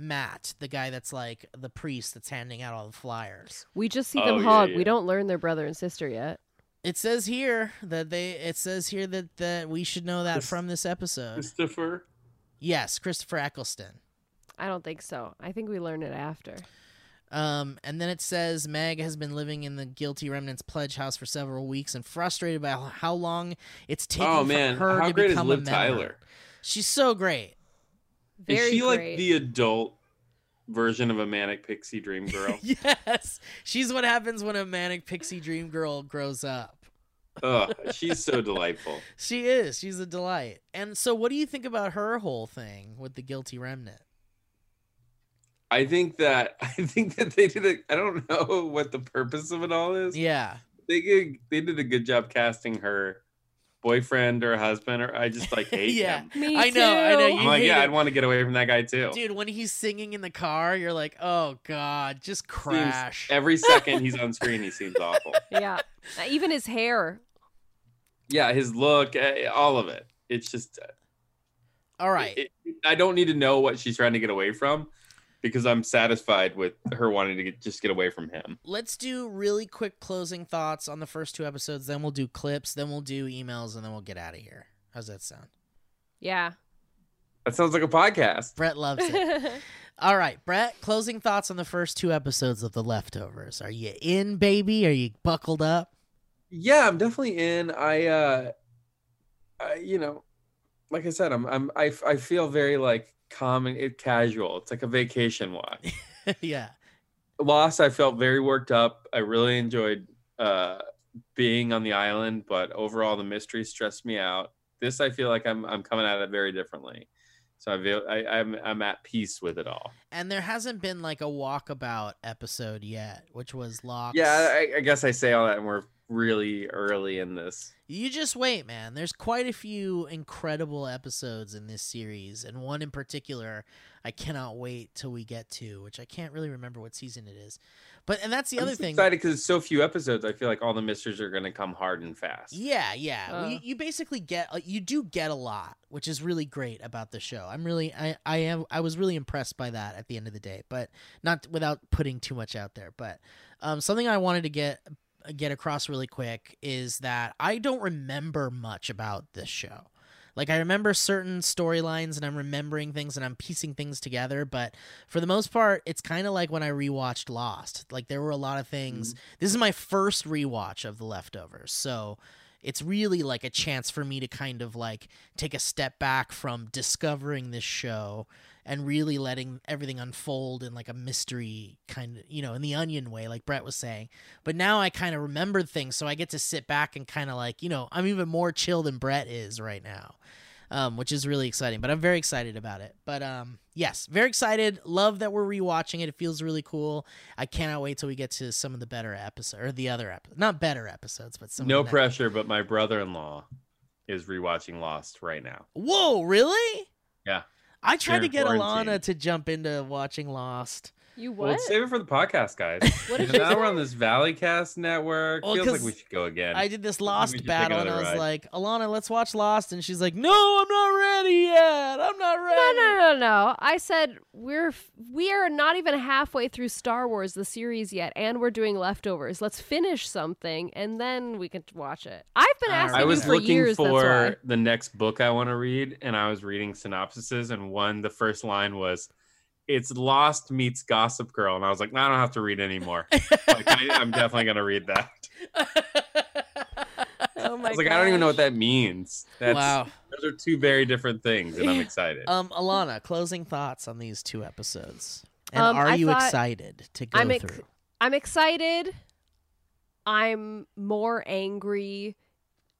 S3: Matt, the guy that's like the priest that's handing out all the flyers.
S4: We just see
S5: Oh,
S4: them
S5: yeah,
S4: hog. We
S5: yeah.
S4: don't learn their brother and sister yet.
S3: It says here that they it says here that that we should know that
S5: Chris-
S3: from this episode.
S5: Christopher.
S3: Yes, Christopher Eccleston.
S4: I don't think so. I think we learn it after.
S3: Um, and then it says Meg has been living in the Guilty Remnants Pledge House for several weeks and frustrated by how long it's taking
S5: Oh
S3: for
S5: man,
S3: her
S5: how
S3: to
S5: great is
S3: become a
S5: Liv
S3: member.
S5: Tyler?
S3: She's so great.
S4: Very
S5: is she
S4: great.
S5: like the adult version of a manic pixie dream girl?
S3: yes, she's what happens when a manic pixie dream girl grows up.
S5: Ugh, she's so delightful.
S3: She is. She's a delight. And so, what do you think about her whole thing with the Guilty Remnant?
S5: I think that I think that they did. A, I don't know what the purpose of it all is.
S3: Yeah,
S5: They did, they did a good job casting her boyfriend or husband or I just like hate
S3: Yeah.
S5: him.
S4: Me
S3: I know, I know,
S4: too.
S5: I'm
S3: You
S5: like,
S3: hate
S5: yeah,
S3: him.
S5: I'd want to get away from that guy too.
S3: dude. When he's singing in the car, you're like, oh god, just crash.
S5: Every second he's on screen, he seems awful.
S4: yeah. Even his hair.
S5: Yeah, his look, eh, all of it. It's just uh,
S3: All right.
S5: it- it- I don't need to know what she's trying to get away from because I'm satisfied with her wanting to get, just get away from him.
S3: let's do really quick closing thoughts on the first two episodes then we'll do clips then we'll do emails and then we'll get out of here how's that sound
S4: Yeah.
S5: That sounds like a podcast.
S3: brett loves it all right brett closing thoughts on the first two episodes of the leftovers are you in baby are you buckled up
S5: Yeah, I'm definitely in. I, uh, I you know, like I said, I'm, I'm, I, f- I feel very like calm and it, casual. It's like a vacation watch.
S3: yeah
S5: Lost, I felt very worked up. I really enjoyed uh, being on the island, but overall the mystery stressed me out. This, I feel like I'm, I'm coming at it very differently. So I feel I, I'm, I'm at peace with it all.
S3: and there hasn't been like a walkabout episode yet which was locked
S5: Yeah, I, I guess I say all that, and we're really early in this.
S3: You just wait, man. There's quite a few incredible episodes in this series, and one in particular I cannot wait till we get to, which I can't really remember what season it is. But and that's the
S5: I'm
S3: other
S5: just
S3: thing.
S5: excited because it's so few episodes. I feel like all the mysteries are going to come hard and fast.
S3: Yeah, yeah. Well, you,
S4: Uh.
S3: you basically get uh, you do get a lot, which is really great about the show. I'm really I I am I was really impressed by that at the end of the day, but not without putting too much out there. But um, something I wanted to get get across really quick is that I don't remember much about this show. Like I remember certain storylines and I'm remembering things and I'm piecing things together, but for the most part, it's kind of like when I rewatched Lost. Like there were a lot of things. This is my first rewatch of The Leftovers, so it's really like a chance for me to kind of like take a step back from discovering this show and really letting everything unfold in like a mystery kind of, you know, in the onion way like Brett was saying. But now I kind of remembered things, so I get to sit back and kind of like, you know, I'm even more chill than Brett is right now um, which is really exciting. But I'm very excited about it. But um, yes, very excited. Love that we're rewatching it. It feels really cool. I cannot wait till we get to some of the better episodes or the other episodes, not better episodes, but some. of
S5: no
S3: the next-
S5: pressure, but my brother-in-law is rewatching Lost right now.
S3: Whoa, really?
S5: Yeah.
S3: I tried
S5: They're
S3: to get
S5: quarantined.
S3: Alana to jump into watching Lost.
S4: you
S5: Well,
S4: what?
S5: let's save it for the podcast, guys.
S4: What did
S5: And
S4: you
S5: now we're
S4: say?
S5: on this Valleycast network.
S3: Well,
S5: Feels like
S3: 'cause
S5: we should go again.
S3: I did this
S5: we
S3: Lost
S5: should take
S3: battle, and I
S5: another
S3: was
S5: ride.
S3: like, Alana, let's watch Lost, and she's like, No, I'm not ready yet. I'm not ready.
S4: No, no, no, no. I said we're f- we are not even halfway through Star Wars the series yet, and we're doing leftovers. Let's finish something, and then we can watch it. I've been
S3: All
S4: asking
S5: I
S3: right.
S4: you
S5: was
S4: for
S5: looking
S4: years. that's why.
S5: for the next book I want to read, and I was reading synopsises, and one the first line was, "It's Lost meets Gossip Girl," and I was like, "No, I don't have to read anymore. like, I, I'm definitely gonna read that."
S4: Oh my
S5: I was like, "I don't even know what that means." That's,
S3: Um, wow.
S5: Those are two very different things, and I'm excited.
S3: Um, Alana, closing thoughts on these two episodes, and
S4: Um,
S3: are
S4: I
S3: you
S4: thought-
S3: excited to go
S4: I'm ex-
S3: through?
S4: I'm excited. I'm more angry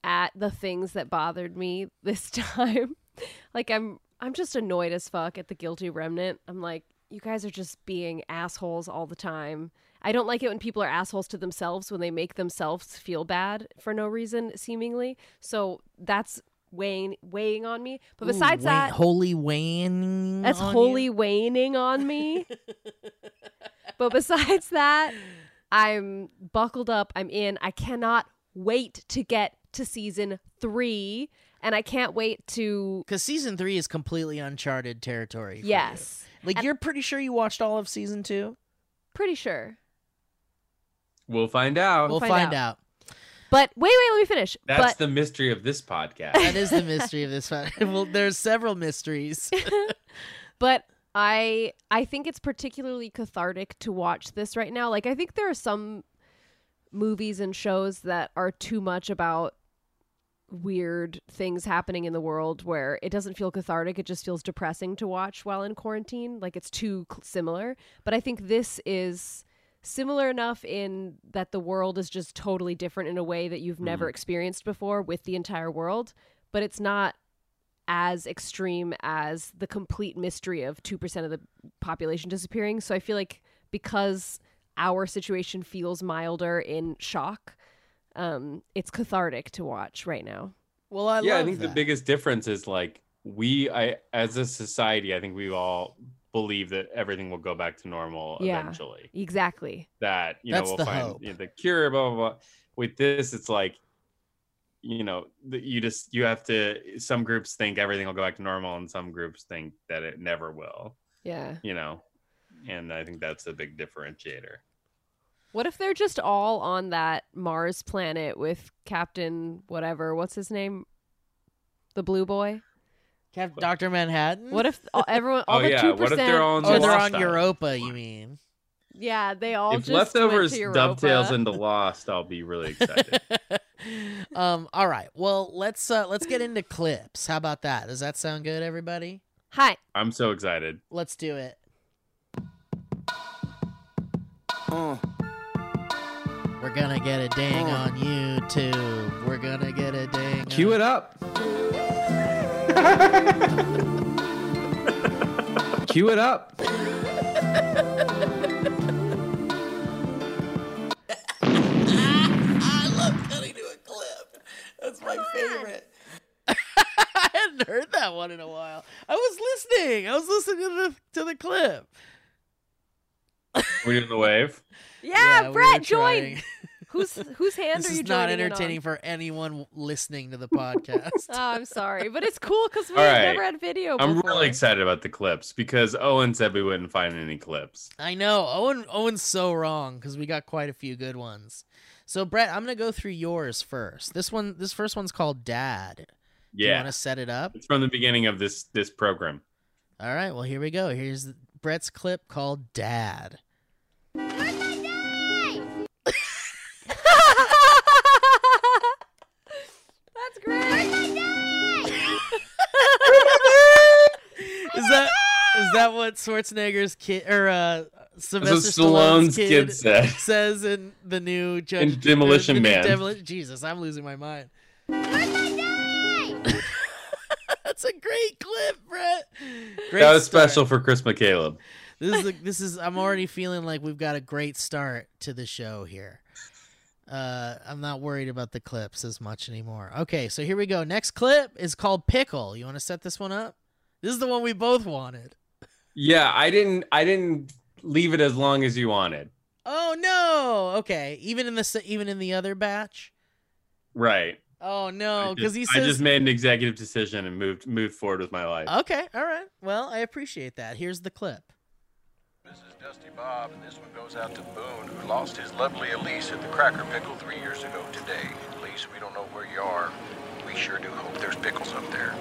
S4: at the things that bothered me this time. like I'm I'm just annoyed as fuck at the guilty remnant. I'm like, you guys are just being assholes all the time. I don't like it when people are assholes to themselves when they make themselves feel bad for no reason, seemingly. So that's weighing weighing on me. But
S3: Ooh,
S4: besides
S3: wane-
S4: that,
S3: holy Wayne.
S4: that's wholly waning on me. but besides that, I'm buckled up. I'm in. I cannot wait to get to season three, and I can't wait to.
S3: Because season three is completely uncharted territory. for you.
S4: Yes,
S3: Like,
S4: And-
S3: you're pretty sure you watched all of season two?
S4: pretty sure.
S5: We'll find out.
S3: We'll
S4: find
S3: find out.
S4: But wait, wait, let me finish.
S5: That's
S4: but
S5: the mystery of this podcast.
S3: That is the mystery of this. one. well, there's several mysteries.
S4: but I I think it's particularly cathartic to watch this right now. Like I think there are some movies and shows that are too much about weird things happening in the world where it doesn't feel cathartic it just feels depressing to watch while in quarantine like it's too cl- similar but i think this is similar enough in that the world is just totally different in a way that you've never experienced before with the entire world but it's not as extreme as the complete mystery of 2% of the population disappearing so i feel like because our situation feels milder in shock um it's cathartic to watch right now
S3: Well, I
S5: yeah,
S3: love
S5: I think the
S3: that.
S5: biggest difference is like we, I as a society, I think we all believe that everything will go back to normal
S4: Yeah.
S5: eventually.
S4: exactly
S5: That you
S3: That's
S5: know we'll
S3: the
S5: find
S3: hope.
S5: you know, the cure, blah blah blah. With this, it's like you know that you just you have to. Some groups think everything will go back to normal, and some groups think that it never will.
S4: yeah
S5: You know, and I think that's a big differentiator.
S4: what if they're just all on that mars planet with captain whatever what's his name the blue boy
S3: Cap- Dr. Manhattan.
S4: what if all, everyone all
S5: Oh,
S4: the
S5: yeah,
S4: two
S5: what if
S4: percent
S5: they're all on
S3: Oh,
S5: the
S3: they're
S5: Lost
S3: on
S5: Island.
S3: Europa, you mean?
S4: yeah they all
S5: if
S4: just went to
S5: leftovers dovetails
S4: Europa.
S5: into Lost, I'll be really excited.
S3: um all right. Well, let's uh let's get into clips. How about that? Does that sound good everybody?
S4: hi
S5: I'm so excited.
S3: Let's do it.
S6: Uh,
S3: We're gonna get a ding on YouTube. We're gonna get a ding.
S6: cue
S3: on-
S6: it up. cue it up.
S3: I love cutting to a clip. That's my favorite. I hadn't heard that one in a while. I was listening. I was listening to the to the clip.
S5: Are we doing the wave?
S4: yeah,
S3: we
S4: brett
S3: were
S4: join
S3: trying.
S4: whose whose hand
S3: This
S4: are you
S3: is not
S4: joining in on?
S3: entertaining for anyone listening to the podcast.
S4: Oh, I'm sorry, but it's cool because we've
S5: All right.
S4: never had video.
S5: I'm
S4: before.
S5: really excited about the clips because Owen said we wouldn't find any clips.
S3: I know Owen. Owen's so wrong because we got quite a few good ones. So Brett, I'm gonna go through yours first. This one, this first one's called Dad. Do you
S5: Yeah,
S3: want to set it up?
S5: it's from the beginning of this this program.
S3: All right. Well, here we go. Here's Brett's clip called Dad.
S4: That's great.
S3: Is that is that what Schwarzenegger's kid or uh, Sylvester
S5: That's what Stallone's
S3: kid,
S5: kid said.
S3: says in the new Judge
S5: In Demolition
S3: the new
S5: Man.
S3: Demoli- Jesus, I'm losing my mind. That's a great clip, Brett. Great
S5: that was
S3: start.
S5: special for Chris McCaleb.
S3: This is this is. I'm already feeling like we've got a great start to the show here. Uh, I'm not worried about the clips as much anymore. Okay, so here we go. Next clip is called Pickle. You want to set this one up? This is the one we both wanted.
S5: Yeah, I didn't I didn't leave it as long as you wanted.
S3: Oh no. Okay. Even in the s- even in the other batch.
S5: Right.
S3: Oh no,
S5: I
S3: because
S5: just-
S3: he
S5: I just
S3: says. Oh.
S5: made an executive decision and moved moved forward with my life.
S3: okay. All right. Well, I appreciate that. Here's the clip.
S7: This is Dusty Bob, and this one goes out to Boone, who lost his lovely Elise at the Cracker Pickle three years ago today. Elise, we don't know where you are. We sure do hope there's pickles up there.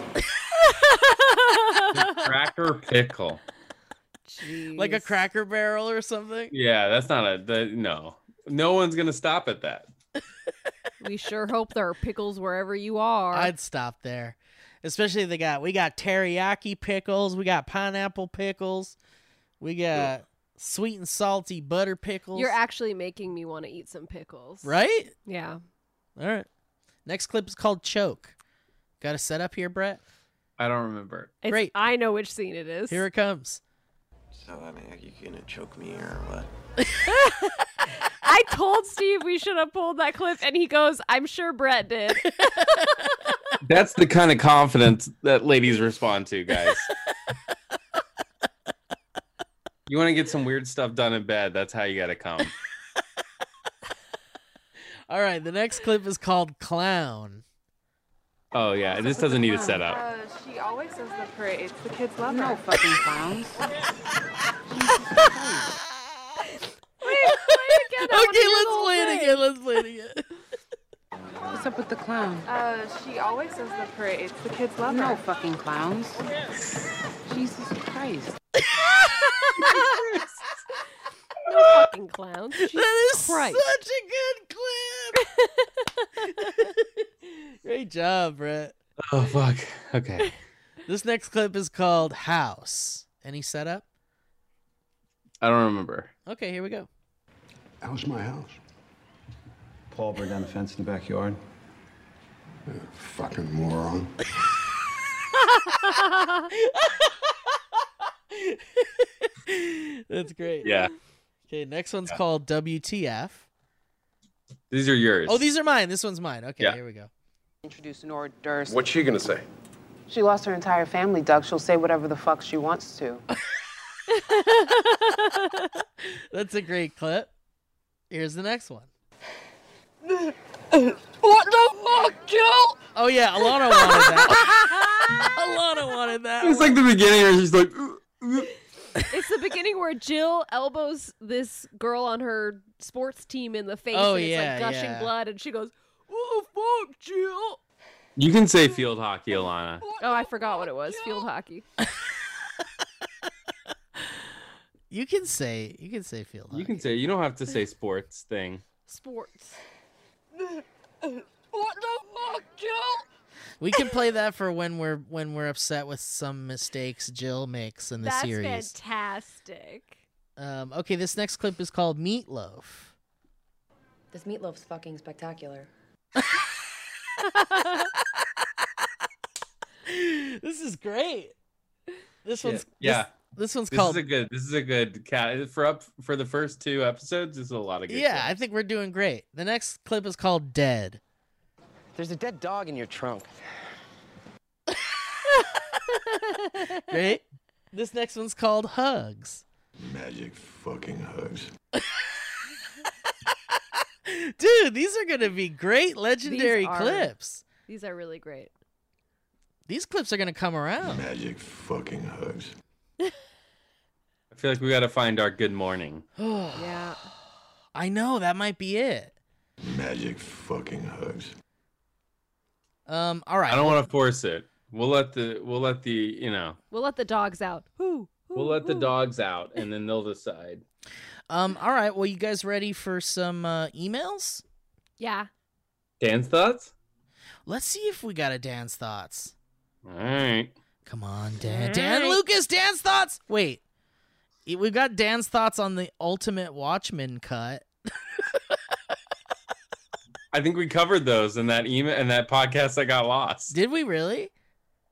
S5: Cracker pickle.
S3: Like a
S4: Jeez.
S3: cracker barrel or something.
S5: Yeah, that's not a that, no. No one's gonna stop at that.
S4: We sure hope there are pickles wherever you are.
S3: I'd stop there. Especially they got we got teriyaki pickles, we got pineapple pickles, we got sweet and salty butter pickles.
S4: You're actually making me want to eat some pickles.
S3: right?
S4: Yeah.
S3: All right. Next clip is called Choke. Got to set up here, Brett.
S5: I don't remember.
S4: It's-
S3: Great.
S4: I know which scene it is.
S3: Here it comes.
S6: So, I mean, are you gonna choke me or what?
S4: I told Steve we should have pulled that clip, and he goes, "I'm sure Brett did."
S5: That's the kind of confidence that ladies respond to, guys. you want to get some weird stuff done in bed, that's how you got to come.
S3: All right, the next clip is called Clown.
S5: Oh, yeah. This doesn't need a setup.
S8: Uh, she always does that for it. It's the kids love No fucking clowns.
S4: Wait, play again. I wanna
S3: okay,
S4: hear the
S3: let's
S4: whole
S3: play it
S4: thing.
S3: again. Let's play it again.
S8: What's up with the clown? Uh, she always does that for it. It's the kids love No fucking clowns. Jesus Christ.
S4: fucking clowns.
S3: That is
S4: Jesus Christ.
S3: such a good clip. Great job, Brett.
S5: Oh fuck. Okay.
S3: This next clip is called House. Any setup?
S5: I don't remember.
S3: Okay, here we go.
S7: That was my house. Paul burned down the fence in the backyard. fucking moron.
S3: That's great.
S5: Yeah.
S3: Okay, next one's called WTF.
S5: These are yours.
S3: Oh, these are mine. This one's mine. Okay,
S5: Yeah.
S3: here we go.
S8: Introduce Nora Durst.
S9: What's she gonna say?
S8: She lost her entire family, Doug. She'll say whatever the fuck she wants to.
S3: That's a great clip. Here's the next one.
S10: what the fuck, Joe?
S3: Oh yeah, Alana wanted that. Alana wanted that.
S5: It's like the beginning where she's like, "Ooh."
S4: it's the beginning where Jill elbows this girl on her sports team in the face,
S3: Oh,
S4: and it's
S3: yeah,
S4: like gushing
S3: yeah.
S4: blood, and she goes, "What the fuck, Jill?"
S5: you can say field hockey, Alana.
S4: Oh, I forgot what it was. Field hockey.
S3: You can say you can say field
S5: You can say you don't have to say sports thing.
S4: Sports.
S10: what the fuck, Joe?
S3: We can play that for when we're when we're upset with some mistakes Jill makes in the
S4: That's
S3: series.
S4: fantastic.
S3: Um, okay, this next clip is called Meatloaf.
S11: This meatloaf's fucking spectacular.
S3: This is great. This one's
S5: Shit. Yeah.
S3: This, this one's
S5: This
S3: called.
S5: is a good. This is a good cat for up for the first two episodes. This is a lot of good.
S3: yeah, I think we're doing great. The next clip is called Dead.
S9: There's a dead dog in your trunk.
S3: Great. this next one's called Hugs.
S7: Magic fucking hugs.
S3: Dude, these are gonna be great legendary
S4: These are-
S3: clips.
S4: These are really great.
S3: These clips are gonna come around.
S7: Magic fucking hugs.
S5: I feel like we got to find our good morning.
S4: yeah.
S3: I know that might be it.
S7: Magic fucking hugs.
S3: Um, all right.
S5: I don't want to force it. We'll let the we'll let the you know
S4: We'll let the dogs out. Who?
S5: we'll let the dogs out and then they'll decide.
S3: Um, all right. Well, you guys ready for some uh, emails?
S4: Yeah.
S5: Dan's thoughts.
S3: Let's see if we got a Dan's thoughts.
S5: All right.
S3: Come on, Dan. Dan Lucas, Dan's thoughts. Wait, It- we've got Dan's thoughts on the Ultimate Watchmen cut.
S5: I think we covered those in that email and that podcast that got lost.
S3: Did we really?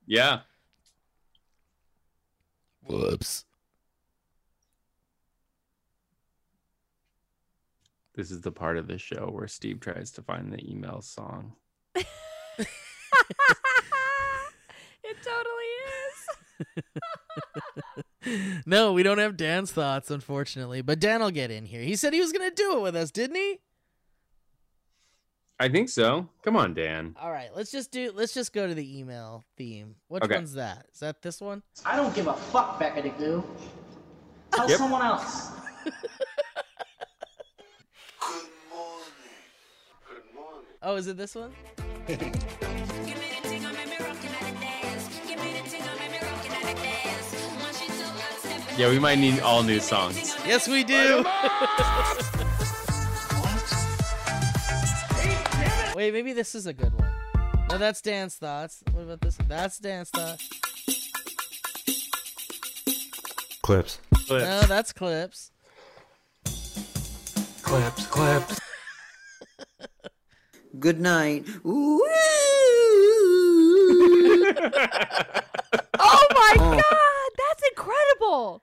S5: Yeah.
S3: Whoops.
S5: This is the part of the show where Steve tries to find the email song.
S4: It totally
S3: no, we don't have Dan's thoughts, unfortunately. But Dan will get in here. He said he was gonna do it with us, didn't he?
S5: I think so. Come on, Dan.
S3: All right. Let's just do. Let's just go to the email theme. Which
S5: Okay.
S3: one's that? Is that this one?
S12: I don't give a fuck, Becca de Goo. Tell
S5: Yep.
S12: someone else.
S3: Oh, is it this one?
S5: Yeah, we might need all new songs.
S3: Yes, we do. Wait, maybe this is a good one. No, that's dance thoughts. What about this? That's dance thoughts.
S13: Clips.
S3: No, that's clips.
S13: Clips. Clips.
S14: Good night. Ooh.
S4: oh my god, that's incredible.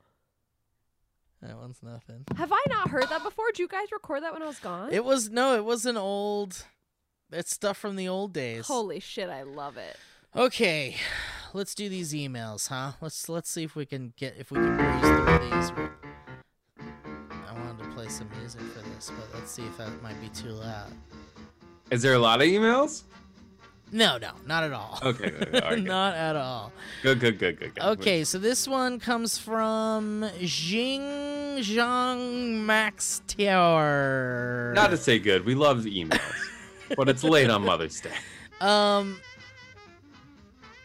S3: That one's nothing.
S4: Have I not heard that before? Did you guys record that when I was gone?
S3: It was no, it was an old. It's stuff from the old days.
S4: Holy shit, I love it.
S3: Okay, let's do these emails, huh? Let's let's see if we can get if we can breeze through these. I wanted to play some music for this, but let's see if that might be too loud.
S5: Is there a lot of emails?
S3: No, no, not at all.
S5: Okay, good, all right, good.
S3: not at all.
S5: Good, good, good, good. good.
S3: Okay, so this one comes from Jing Zhang Max Tier.
S5: Not to say good. We love the emails, but it's late on Mother's Day.
S3: Um,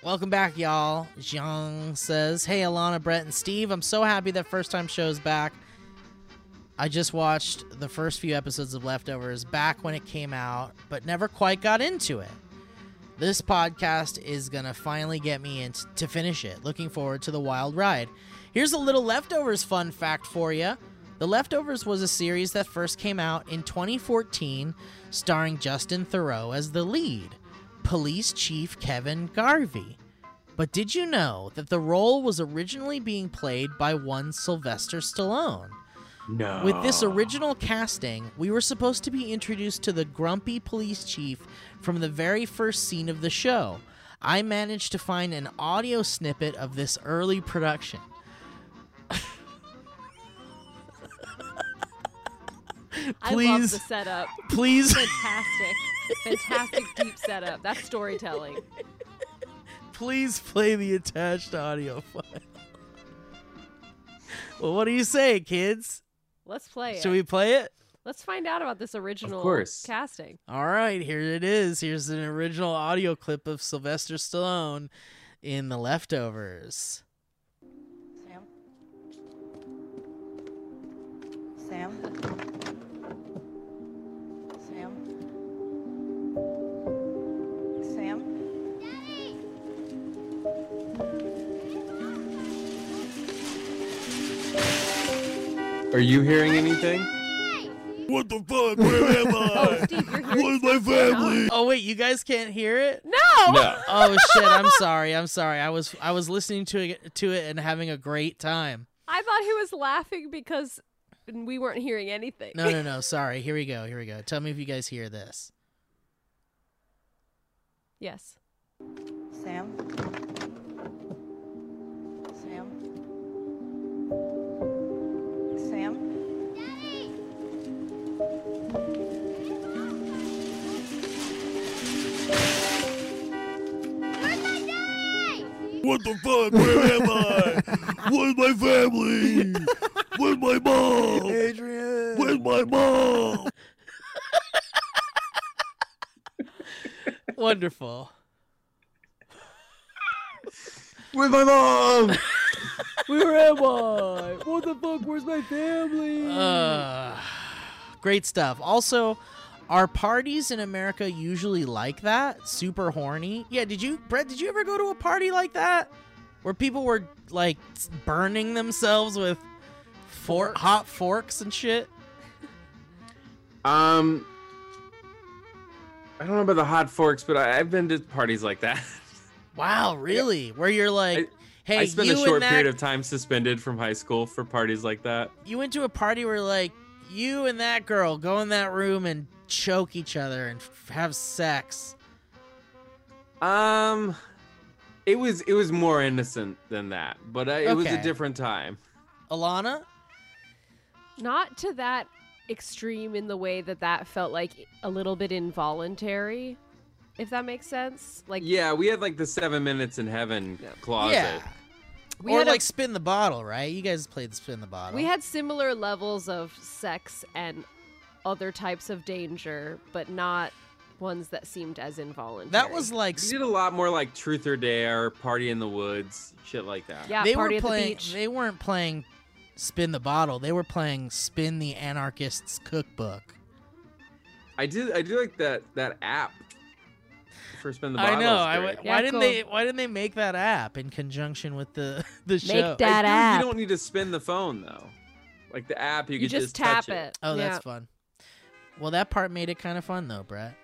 S3: welcome back, y'all. Zhang says, "Hey, Alana, Brett, and Steve. I'm so happy that first time show's back. I just watched the first few episodes of Leftovers back when it came out, but never quite got into it. This podcast is going to finally get me in to finish it. Looking forward to the wild ride. Here's a little Leftovers fun fact for you. The Leftovers was a series that first came out in 2014, starring Justin Thoreau as the lead, Police Chief Kevin Garvey. But did you know that the role was originally being played by one Sylvester Stallone?
S5: No.
S3: With this original casting, we were supposed to be introduced to the grumpy police chief from the very first scene of the show. I managed to find an audio snippet of this early production.
S4: I love the
S3: Please.
S4: setup.
S3: Please.
S4: Fantastic. Fantastic deep setup. That's storytelling.
S3: Please play the attached audio file. well, what do you say, kids?
S4: Let's play
S3: Should
S4: it.
S3: we play it?
S4: Let's find out about this original
S3: course.
S4: casting.
S3: All right, here it is. Here's an original audio clip of Sylvester Stallone in The Leftovers.
S12: Sam? Sam? Sam? Sam?
S5: Are you hearing anything?
S3: What the fuck? Where am
S4: Oh,
S3: I?
S5: Where's my family?
S3: Oh wait, you guys can't hear it?
S4: No.
S5: No.
S3: oh shit, I'm sorry. I'm sorry. I was I was listening to it to it and having a great time.
S4: I thought he was laughing because we weren't hearing anything.
S3: No, no, no. Sorry. Here we go. Here we go. Tell me if you guys hear this.
S4: yes.
S12: Sam? Sam? Sam?
S15: What the
S16: fuck? Where am I? Where's my family? Where's my mom? Adrian. Where's my mom?
S3: Wonderful.
S5: Where's my mom?
S3: Where am I? What the fuck? Where's my family? Uh, great stuff. Also, are parties in America usually like that? Super horny? Yeah, did you, Brett, did you ever go to a party like that? Where people were like burning themselves with fork, hot forks and shit? Oh.
S5: Um, I don't know about the hot forks, but I, I've been to parties like that.
S3: Wow, really? Where you're like, hey,
S5: I spent
S3: you
S5: a short
S3: and that
S5: period of time suspended from high school for parties like that.
S3: you went to a party where like you and that girl go in that room and choke each other and f- have sex.
S5: Um, it was it was more innocent than that, but uh, it was a
S3: Okay.
S5: different time.
S3: Alana,
S4: Not to that extreme in the way that that felt like a little bit involuntary, if that makes sense. Like
S5: Yeah, we had like the seven minutes in heaven closet.
S3: Yeah.
S4: We
S3: or
S4: had a-
S3: like spin the bottle, right? You guys played spin the bottle.
S4: we had similar levels of sex and other types of danger, but not ones that seemed as involuntary.
S3: that was like
S5: We did a lot more like truth or dare, party in the woods, shit like that.
S4: Yeah,
S3: they
S4: party
S3: were
S4: at the
S3: playing.
S4: beach.
S3: They weren't playing spin the bottle. They were playing spin the anarchist's cookbook.
S5: I did I do like that that app for spin the
S3: I
S5: bottle.
S3: know. I w-
S5: yeah,
S3: why didn't they? Why didn't they make that app in conjunction with the the show?
S5: You don't need to spin the phone though. Like the app, you,
S4: You
S5: could
S4: just
S5: just, touch
S4: tap it.
S3: Oh,
S4: Yeah.
S3: that's fun. Well, that part made it kind of fun though, Brett.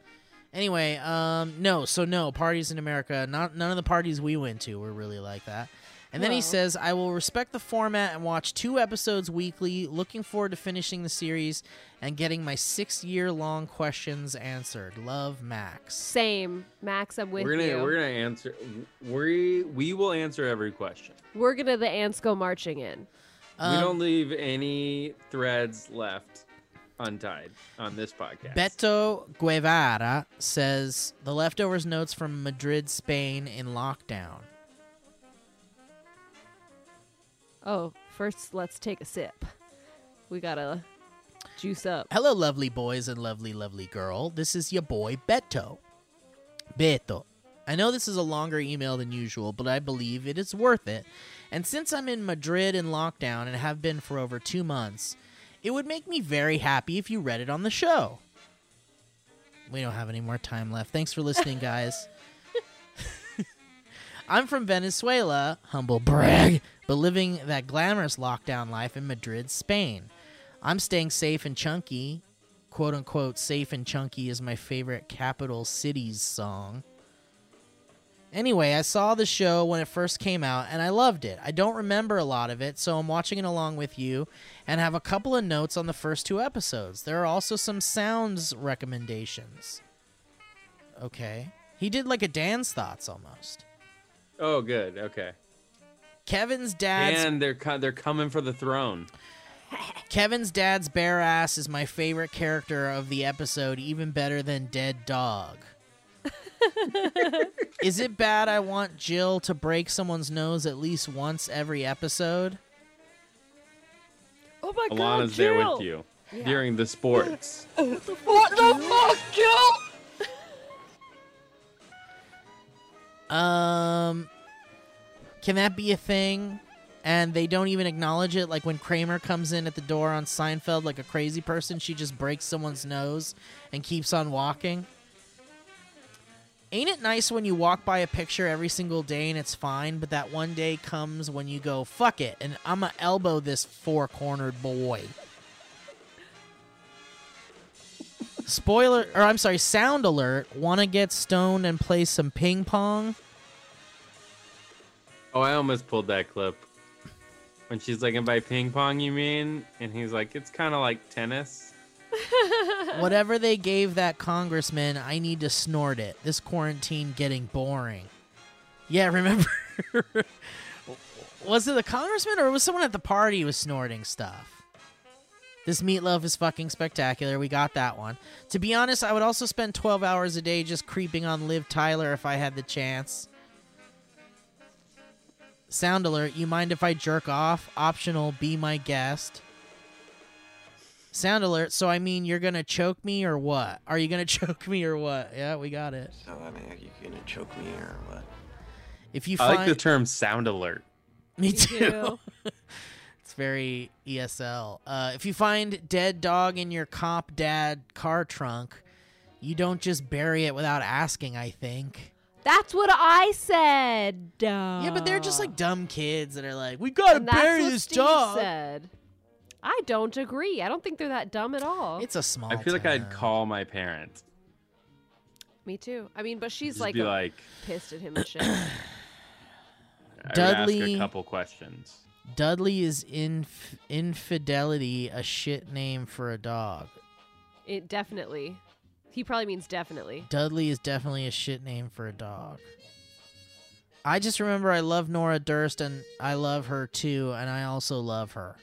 S3: Anyway, um, no, so no parties in America. Not none of the parties we went to were really like that. And then he
S17: Well.
S3: says, "I will respect the format and watch two episodes weekly. Looking forward to finishing the series and getting my six-year-long questions answered. Love, Max."
S4: same. Max, I'm with
S5: We're gonna
S4: you.
S5: we're gonna answer. We we will answer every question.
S4: We're gonna the ants go marching in.
S5: we
S3: Um,
S5: don't leave any threads left untied on this podcast.
S3: Beto Guevara says, "The leftovers notes from Madrid, Spain, in lockdown."
S4: Oh, first let's take a sip. We gotta juice up.
S3: Hello, lovely boys and lovely, lovely girl. This is your boy, Beto. Beto. I know this is a longer email than usual, but I believe it is worth it. And since I'm in Madrid in lockdown and have been for over two months, It would make me very happy if you read it on the show. We don't have any more time left. Thanks for listening, guys. I'm from Venezuela, humble brag, but living that glamorous lockdown life in Madrid, Spain. I'm staying safe and chunky. Quote unquote, safe and chunky is my favorite capital cities song. Anyway, I saw the show when it first came out and I loved it. I don't remember a lot of it, so I'm watching it along with you and have a couple of notes on the first two episodes. There are also some sounds recommendations. Okay. He did like a Dan's Thoughts almost.
S18: Oh, good. Okay.
S3: Kevin's dad's
S18: and they're co- they're coming for the throne.
S3: Kevin's dad's bare ass is my favorite character of the episode, even better than Dead Dog. is it bad I want Jill to break someone's nose at least once every episode?
S4: Oh my god,
S18: Alana's there with you during the sports.
S4: What the fuck, Jill?
S3: Um, can that be a thing? And they don't even acknowledge it. Like when Kramer comes in at the door on Seinfeld, like a crazy person, she just breaks someone's nose and keeps on walking. Ain't it nice when you walk by a picture every single day and it's fine, but that one day comes when you go, fuck it, and I'ma elbow this four cornered boy. Spoiler, or I'm sorry, sound alert. Wanna get stoned and play some ping pong?
S18: Oh, I almost pulled that clip. When she's like, and by ping pong, you mean? And he's like, it's kind of like tennis.
S3: Whatever they gave that congressman, I need to snort it. This quarantine getting boring. Yeah, remember? was it the congressman or was someone at the party who was snorting stuff? This meatloaf is fucking spectacular. We got that one. To be honest, I would also spend 12 hours a day just creeping on Liv Tyler if I had the chance. Sound alert, you mind if I jerk off? Optional, be my guest. Sound alert, so I mean, you're gonna choke me or what? Are you gonna choke me or what? Yeah, we got it.
S19: So I mean, are you gonna choke me or what?
S3: If you
S18: I
S3: find.
S18: like the term sound alert.
S3: Me too. it's very ESL. Uh, if you find dead dog in your cop dad car trunk, you don't just bury it without asking, I think.
S4: That's what I said.
S3: Yeah, but they're just like dumb kids that are like, we gotta bury this
S4: Steve
S3: dog.
S4: Said. I don't agree. I don't think they're that dumb at all.
S3: It's a small.
S18: I feel like I'd call my parents.
S4: Me too. I mean, but she's
S18: Just
S4: like,
S18: be like-
S4: pissed at him and shit.
S18: I would ask
S3: Dudley-
S18: a couple questions.
S3: Dudley is inf- infidelity a shit name for a dog.
S4: it definitely. He probably means definitely.
S3: Dudley is definitely a shit name for a dog. I just remember I love Nora Durst and I love her too, and I also love her.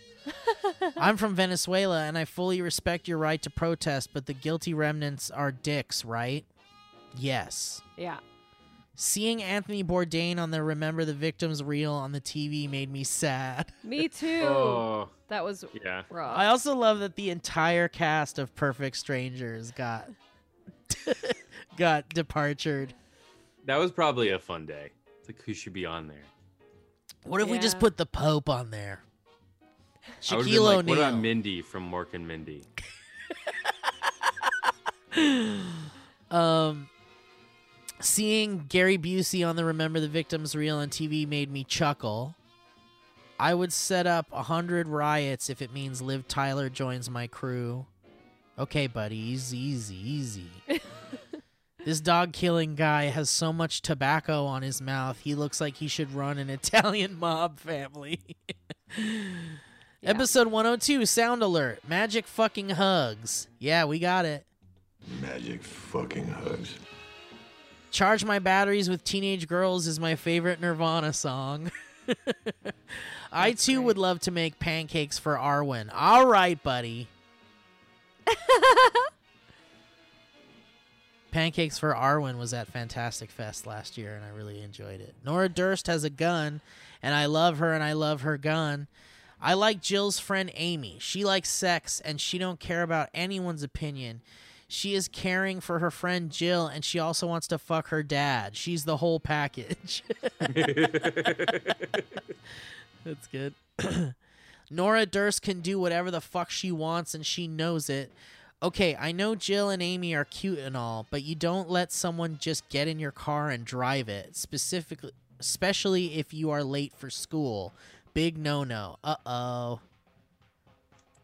S3: I'm from Venezuela and I fully respect your right to protest, but the guilty remnants are dicks, right? Yes.
S4: Yeah.
S3: Seeing Anthony Bourdain on the Remember the Victims reel on the TV made me sad.
S4: Me too.
S18: Oh.
S4: That was
S18: Yeah.
S4: rough.
S3: I also love that the entire cast of Perfect Strangers got got departured.
S18: That was probably a fun day. It's like who should be on there?
S3: What if we just
S4: Yeah.
S3: put the Pope on there?
S18: I would've been
S3: Shaquille
S18: like,
S3: O'Neal.
S18: What about Mindy from Mork and Mindy?
S3: um, seeing Gary Busey on the Remember the Victims reel on TV made me chuckle. I would set up a hundred riots if it means Liv Tyler joins my crew. Okay, buddy, easy, easy, easy. this dog killing guy has so much tobacco on his mouth, he looks like he should run an Italian mob family. Episode 102 Sound Alert Magic fucking hugs. Yeah, we got it.
S20: Magic fucking hugs.
S3: Charge My Batteries with Teenage Girls is my favorite Nirvana song. I too would love to make pancakes for Arwen. All right, buddy. pancakes for Arwen was at Fantastic Fest last year, and I really enjoyed it. Nora Durst has a gun, and I love her, and I love her gun. I like Jill's friend Amy. She likes sex, and she don't care about anyone's opinion. She is caring for her friend Jill, and she also wants to fuck her dad. She's the whole package. That's good. Nora Durst can do whatever the fuck she wants and she knows it. Okay, I know Jill and Amy are cute and all, but you don't let someone just get in your car and drive it, specifically especially if you are late for school. Big no-no. Uh-oh.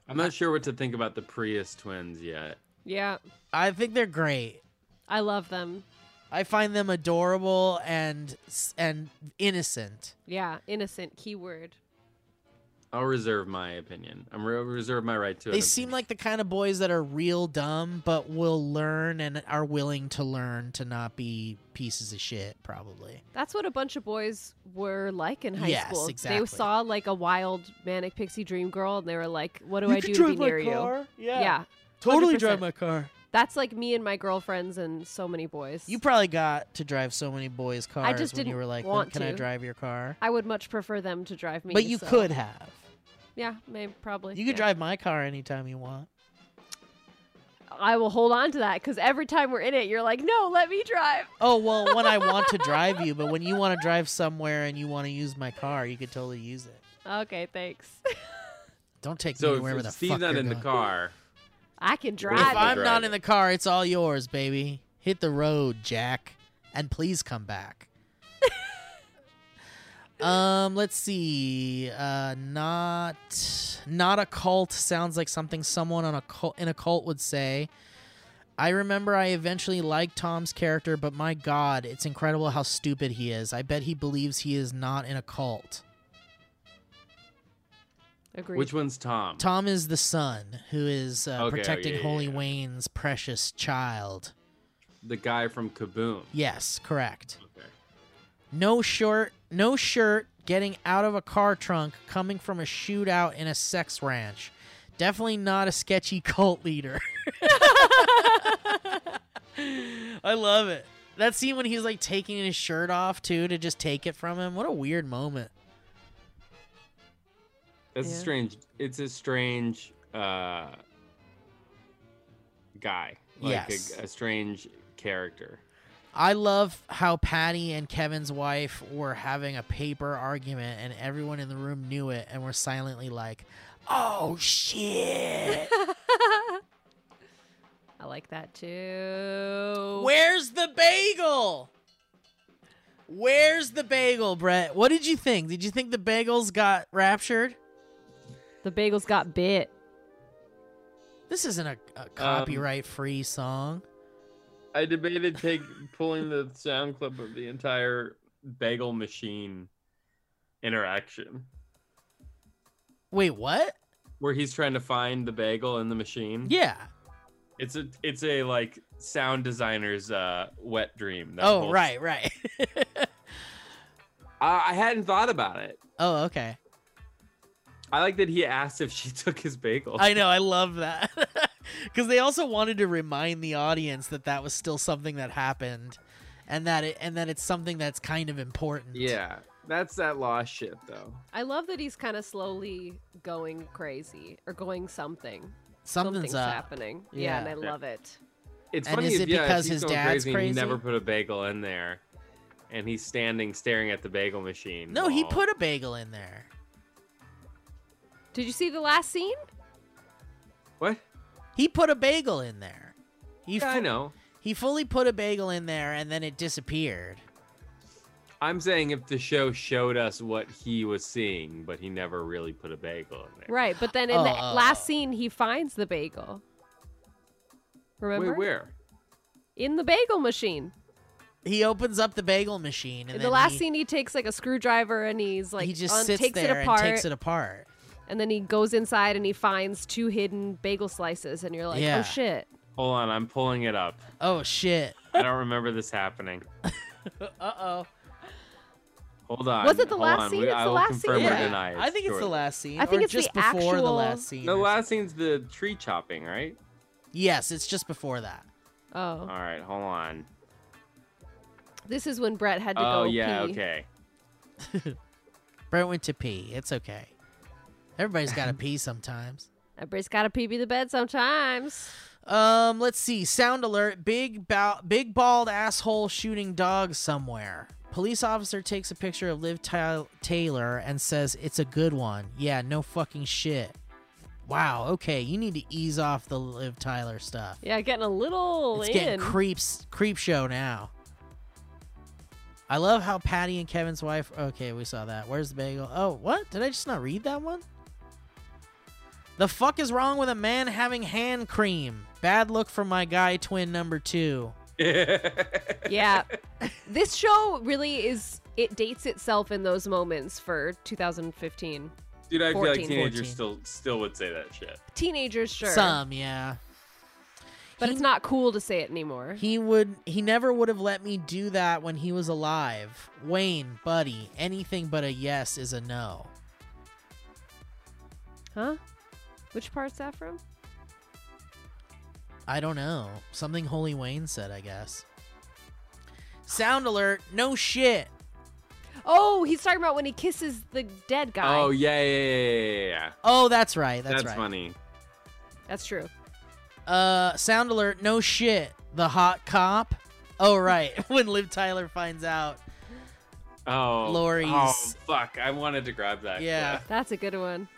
S5: I'm not sure what to think about the Prius twins yet.
S4: Yeah.
S3: I think they're great.
S4: I love them.
S3: I find them adorable and and innocent.
S4: Yeah, innocent keyword.
S5: I'll reserve my opinion. I'm re- reserve my right to.
S3: They seem like the kind of boys that are real dumb, but will learn and are willing to learn to not be pieces of shit. Probably.
S4: That's what a bunch of boys were like in high
S3: Yes,
S4: school.
S3: exactly.
S4: They saw like a wild manic pixie dream girl, and they were like, "What do
S3: You
S4: I
S3: could
S4: do to
S3: drive
S4: be
S3: my
S4: near
S3: car?
S4: you?"
S3: Yeah.
S4: yeah,
S3: Totally
S4: 100%.
S3: drive my car.
S4: That's like me and my girlfriends and so many boys.
S3: You probably got to drive so many boys' cars
S4: I just
S3: when
S4: didn't
S3: you were like,
S4: want
S3: "Can I
S4: to.
S3: drive your car?"
S4: I would much prefer them to drive me.
S3: but you
S4: so-
S3: could have.
S4: Yeah, maybe probably.
S3: You could
S4: yeah.
S3: drive my car anytime you want.
S4: I will hold on to that because every time we're in it, you're like, "No, let me drive."
S3: Oh well, when I want to drive you, but when you want to drive somewhere and you want to use my car, you could totally use it.
S4: Okay, thanks.
S3: Don't take
S5: So
S3: me wherever
S5: if
S3: the
S5: Steve's
S3: fuck
S5: not
S3: you're
S5: in
S3: going.
S5: the car,
S4: I can drive.
S3: If I'm
S5: Drive
S3: not
S5: it.
S3: in the car, it's all yours, baby. Hit the road, Jack, and please come back. um, let's see. Uh, not not a cult sounds like something someone on a cult, in a cult would say. I remember I eventually liked Tom's character, but my god, it's incredible how stupid he is. I bet he believes he is not in a cult.
S4: Agreed.
S5: which one's Tom?
S3: Tom is the son who is uh,
S5: Okay, oh,
S3: protecting
S5: yeah, yeah,
S3: Holy Wayne's precious child.
S5: The guy from Kaboom.
S3: Yes, correct.
S5: Okay.
S3: No shirt, no shirt, getting out of a car trunk, coming from a shootout in a sex ranch. Definitely not a sketchy cult leader. I love it. That scene when he's like taking his shirt off too to just take it from him. What a weird moment.
S5: That's
S4: Yeah.
S5: a strange. It's a strange uh, guy. Like
S3: Yes.
S5: a, a strange character.
S3: I love how Patty and Kevin's wife were having a paper argument and everyone in the room knew it and were silently like, "Oh shit.
S4: I like that too.
S3: Where's the bagel?" Where's the bagel, Brett? What did you think? Did you think the bagels got raptured?
S4: the bagels got bit?
S3: This isn't a,
S18: Um,
S3: a copyright free song.
S18: I debated take pulling the sound clip of the entire bagel machine interaction
S3: Wait, what?
S18: where he's trying to find the bagel in the machine.
S3: Yeah.
S18: It's a it's a like sound designer's uh wet dream. that
S3: oh,
S18: whole-
S3: right, right.
S18: I, I hadn't thought about it.
S3: oh, okay.
S18: I like that he asked if she took his bagel.
S3: I know. I love that. Because they also wanted to remind the audience that that was still something that happened, and that it and that it's something that's kind of important.
S18: Yeah. That's that lost shit though.
S4: I love that he's kind of slowly going crazy or going something.
S3: Something's
S4: Something's
S3: up.
S4: happening. Yeah, and I
S3: Yeah.
S4: love it.
S18: It's
S3: And
S18: funny
S3: is
S18: if-
S3: it
S18: yeah, if
S3: because
S18: he's
S3: his
S18: going
S3: dad's
S18: crazy and he
S3: crazy?
S18: never put a bagel in there, and he's standing staring at the bagel machine.
S3: No, he
S18: while-
S3: put a bagel in there.
S4: Did you see the last scene?
S18: what?
S3: He put a bagel in there. He
S18: Yeah, I
S3: fu-
S18: know.
S3: He fully put a bagel in there, and then it disappeared.
S18: I'm saying if the show showed us what he was seeing, but he never really put a bagel in there.
S4: Right, but then in the
S18: Oh.
S4: last scene, he finds the bagel. Remember?
S18: Wait, where?
S4: In the bagel machine.
S3: He opens up the bagel machine, and
S4: In the
S3: then
S4: last
S3: he,
S4: scene, he takes like a screwdriver and he's like,
S3: he just
S4: un-
S3: sits
S4: takes
S3: there
S4: it apart,
S3: and takes it apart.
S4: and then he goes inside and he finds two hidden bagel slices, and you're like,
S18: Yeah.
S4: oh shit.
S18: Hold on, I'm pulling it up.
S3: Oh shit.
S18: I don't remember this happening.
S3: uh oh.
S18: Hold on.
S4: Was it the
S18: hold
S4: last
S18: on.
S4: scene?
S18: We-
S4: It's
S18: I
S4: the
S18: will
S4: last
S18: confirm
S4: scene.
S18: or
S4: Yeah,
S18: deny it
S3: I think it's the
S18: shortly.
S3: last scene.
S4: I think
S3: or
S4: it's the
S3: just before the
S4: actual-
S3: last scene.
S18: The
S3: or
S18: last scene's the tree chopping, right?
S3: Yes, it's just before that.
S4: Oh.
S18: All right, hold on.
S4: This is when Brett had to
S18: oh
S4: go.
S18: yeah,
S4: pee.
S18: okay.
S3: Brent went to pee. It's okay. Everybody's got to pee sometimes.
S4: Everybody's got to Uh, pee be the bed sometimes.
S3: Um, let's see. Sound alert. Big bow- big bald asshole shooting dog somewhere. Police officer takes a picture of Liv Ty- Taylor and says, It's a good one. Yeah, no fucking shit. Wow, okay, you need to ease off the Liv Tyler stuff.
S4: Yeah, getting a little
S3: It's
S4: in.
S3: getting creeps creep show now. I love how Patty and Kevin's wife. Okay, we saw that. Where's the bagel? Oh, what? Did I just not read that one? The fuck is wrong with a man having hand cream? Bad look for my guy twin number two.
S4: yeah. This show really is it dates itself in those moments for 2015.
S18: Dude, I feel
S4: 14.
S18: like teenagers still still would say that shit.
S4: Teenagers, sure.
S3: Some, yeah.
S4: But it's not cool to say it anymore.
S3: He would he never would have let me do that when he was alive. Wayne, buddy, anything but a yes is a no.
S4: huh? Which part's that from?
S3: I don't know. Something Holy Wayne said, I guess. Sound alert, no shit.
S4: Oh, he's talking about when he kisses the dead guy.
S18: Oh yeah, yeah, yeah, yeah, yeah, yeah.
S3: Oh, that's right. That's,
S18: That's,
S3: right.
S18: funny.
S4: That's true.
S3: Uh, sound alert, no shit. The hot cop. Oh, right. when Liv Tyler finds out.
S18: Oh,
S3: Lori's-
S18: Oh fuck! I wanted to grab that.
S3: Yeah.
S4: That's a good one.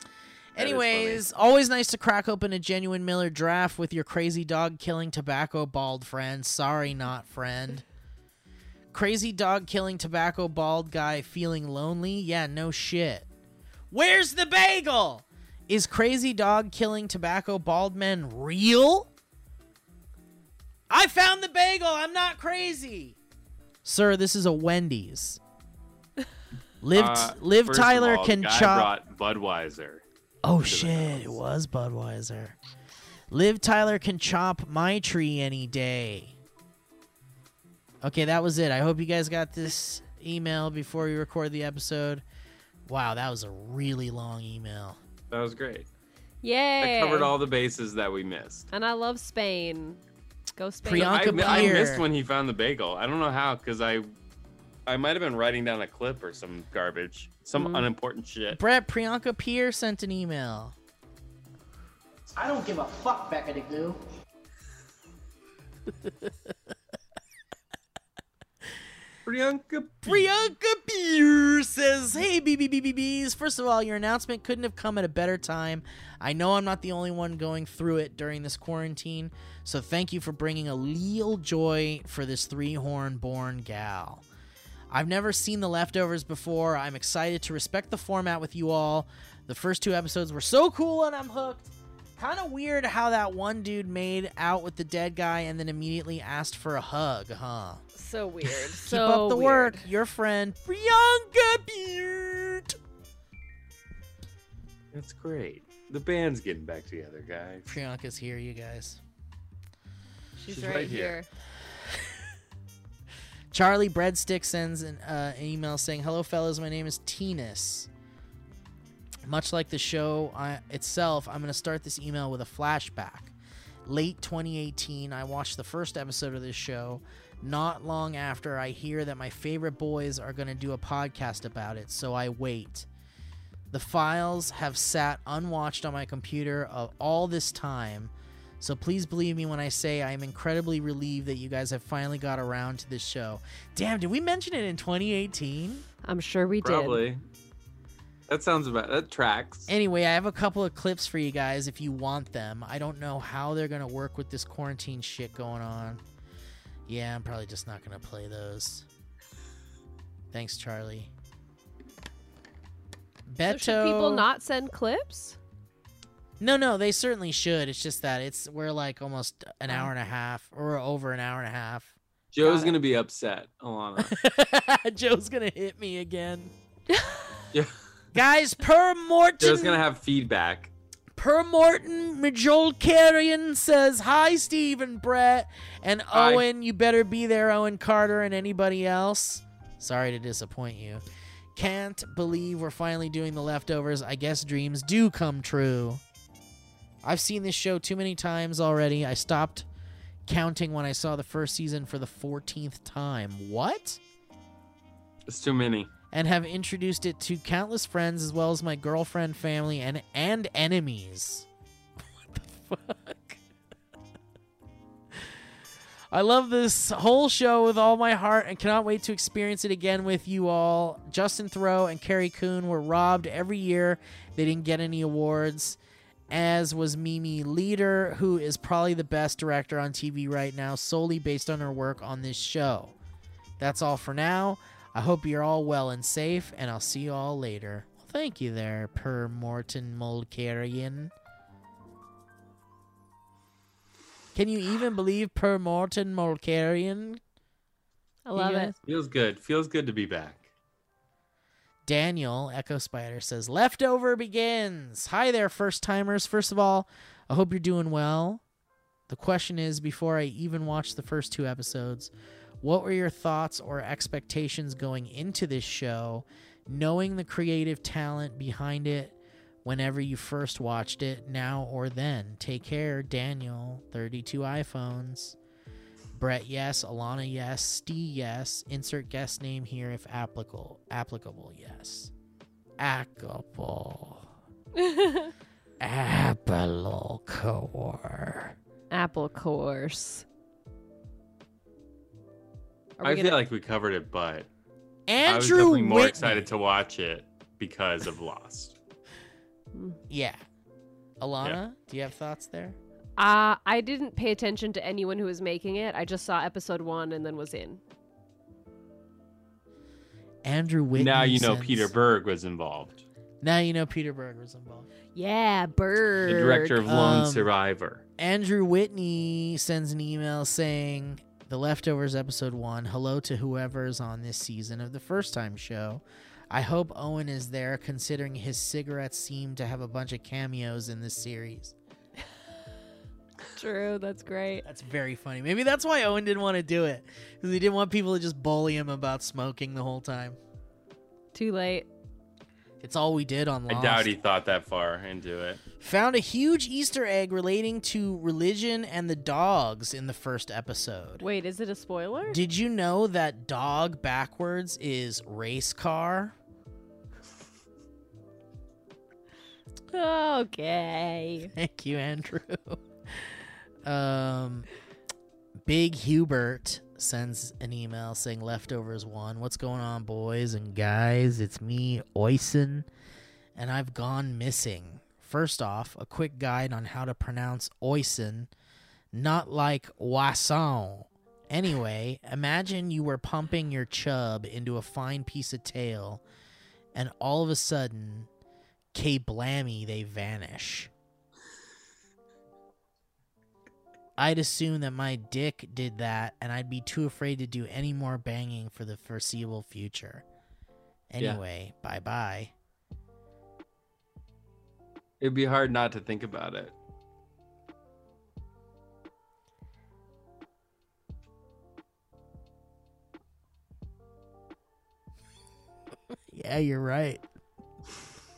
S18: That is
S3: Anyways, always nice to crack open a genuine Miller draft with your crazy dog killing tobacco bald friend. Sorry, not friend. Crazy dog killing tobacco bald guy feeling lonely? Yeah, no shit. Where's the bagel? Is crazy dog killing tobacco bald men real? I found the bagel. I'm not crazy. Sir, this is a Wendy's. Liv,
S18: Uh,
S3: Liv
S18: first of
S3: Tyler
S18: all,
S3: can
S18: the guy
S3: chop.
S18: Brought Budweiser.
S3: Oh shit, it was Budweiser. Liv Tyler can chop my tree any day. Okay, that was it. I hope you guys got this email before we record the episode. Wow, that was a really long email.
S18: That was great.
S4: Yay.
S18: That covered all the bases that we missed.
S4: And I love Spain. Go Spain.
S18: I, I missed when he found the bagel. I don't know how because I, I might have been writing down a clip or some garbage, some
S3: Mm.
S18: unimportant shit.
S3: Brett Priyanka Pierre sent an email.
S21: I don't give a fuck, Becca de Goo.
S18: Priyanka
S3: Priyanka Pierce says, Hey, BBBBBs. First of all, your announcement couldn't have come at a better time. I know I'm not the only one going through it during this quarantine, so thank you for bringing a leal joy for this three horn born gal. I've never seen The Leftovers before. I'm excited to respect the format with you all. The first two episodes were so cool, and I'm hooked. Kind of weird how that one dude made out with the dead guy and then immediately asked for a hug, huh?
S4: So weird. so
S3: Keep up the
S4: weird.
S3: work, your friend Priyanka Beard.
S18: That's great. The band's getting back together, guys.
S3: Priyanka's here, you guys.
S4: She's,
S18: She's
S4: right,
S18: right
S4: here.
S18: here.
S3: Charlie Breadstick sends an, uh, an email saying, "Hello, fellas. My name is Tinas. Much like the show I, itself, I'm going to start this email with a flashback. Late 2018, I watched the first episode of this show. Not long after, I hear that my favorite boys are going to do a podcast about it, so I wait. The files have sat unwatched on my computer of all this time, so please believe me when I say I am incredibly relieved that you guys have finally got around to this show. Damn, did we mention it in 2018?
S4: I'm sure we
S18: Probably. That sounds about. That tracks.
S3: Anyway, I have a couple of clips for you guys if you want them. I don't know how they're going to work with this quarantine shit going on. Yeah, I'm probably just not going to play those. Thanks, Charlie.
S4: did.
S3: Beto.
S4: So should people not send clips?
S3: No, no, they certainly should. It's just that it's we're like almost an hour and a half or over an hour and a half.
S18: Joe's gonna be upset, Alana.
S3: Joe's gonna hit me again.
S18: Yeah.
S3: Guys, per Morton
S18: Joe's gonna have feedback.
S3: Per Morton Majolkarian says, Hi Steve and Brett and
S18: Hi.
S3: Owen, you better be there, Owen Carter and anybody else. Sorry to disappoint you. Can't believe we're finally doing the leftovers. I guess dreams do come true. I've seen this show too many times already. I stopped counting when I saw the first season for the 14th time. What?
S18: It's too many.
S3: and have introduced it to countless friends as well as my girlfriend, family, and and enemies. What the fuck? I love this whole show with all my heart and cannot wait to experience it again with you all. Justin Throw and Carrie Coon were robbed every year. They didn't get any awards, as was Mimi Leader, who is probably the best director on TV right now, solely based on her work on this show. That's all for now. I hope you're all well and safe, and I'll see you all later. Well, thank you there, Per Morton Mulcarian. Can you even believe Per Morton Mulcarian?
S4: I love it.
S18: Feels good. Feels good to be back.
S3: Daniel Echo Spider says, Leftover begins. Hi there, first timers. First of all, I hope you're doing well. The question is before I even watched the first two episodes, what were your thoughts or expectations going into this show, knowing the creative talent behind it? whenever you first watched it, now or then. Take care, Daniel. 32 iPhones. Brett, yes. Alana, yes. Stee, yes. Insert guest name here if applicable. Applicable, yes. Applicable. Apple core.
S4: Apple course.
S18: I feel like we covered it, but I was
S3: Andrew
S18: definitely more
S3: Whitney.
S18: excited to watch it because of Lost.
S3: Yeah. Alana, do you have thoughts there?
S4: Uh, I didn't pay attention to anyone who was making it. I just saw episode one and then was in.
S3: Andrew Whitney.
S18: now you know
S3: sends-
S18: Peter Berg was involved,
S3: Now you know Peter Berg was involved.
S4: Yeah,
S18: the
S4: Bird.
S18: director of Lone
S3: Um,
S18: Survivor.
S3: Andrew Whitney sends an email saying, The Leftovers Episode 1, hello to whoever is on this season of the first time show. I hope Owen is there, considering his cigarettes seem to have a bunch of cameos in this series.
S4: True, that's great.
S3: That's very funny. Maybe that's why Owen didn't want to do it, because he didn't want people to just bully him about smoking the whole time.
S4: Too late.
S3: It's all we did on Lost.
S18: I doubt he thought that far into it.
S3: found a huge Easter egg relating to religion and the dogs in the first episode.
S4: Wait, is it a spoiler?
S3: Did you know that dog backwards is race car?
S4: Okay.
S3: Thank you, Andrew. um, Big Hubert sends an email saying leftovers one. What's going on, boys and guys? It's me, Oisin, and I've gone missing. First off, a quick guide on how to pronounce Oisin, not like Wasson. Anyway, imagine you were pumping your chub into a fine piece of tail, and all of a sudden, K blammy, they vanish. I'd assume that my dick did that, and I'd be too afraid to do any more banging for the foreseeable future.
S18: Yeah.
S3: Anyway, bye bye.
S18: It'd be hard not to think about it.
S3: Yeah, you're right.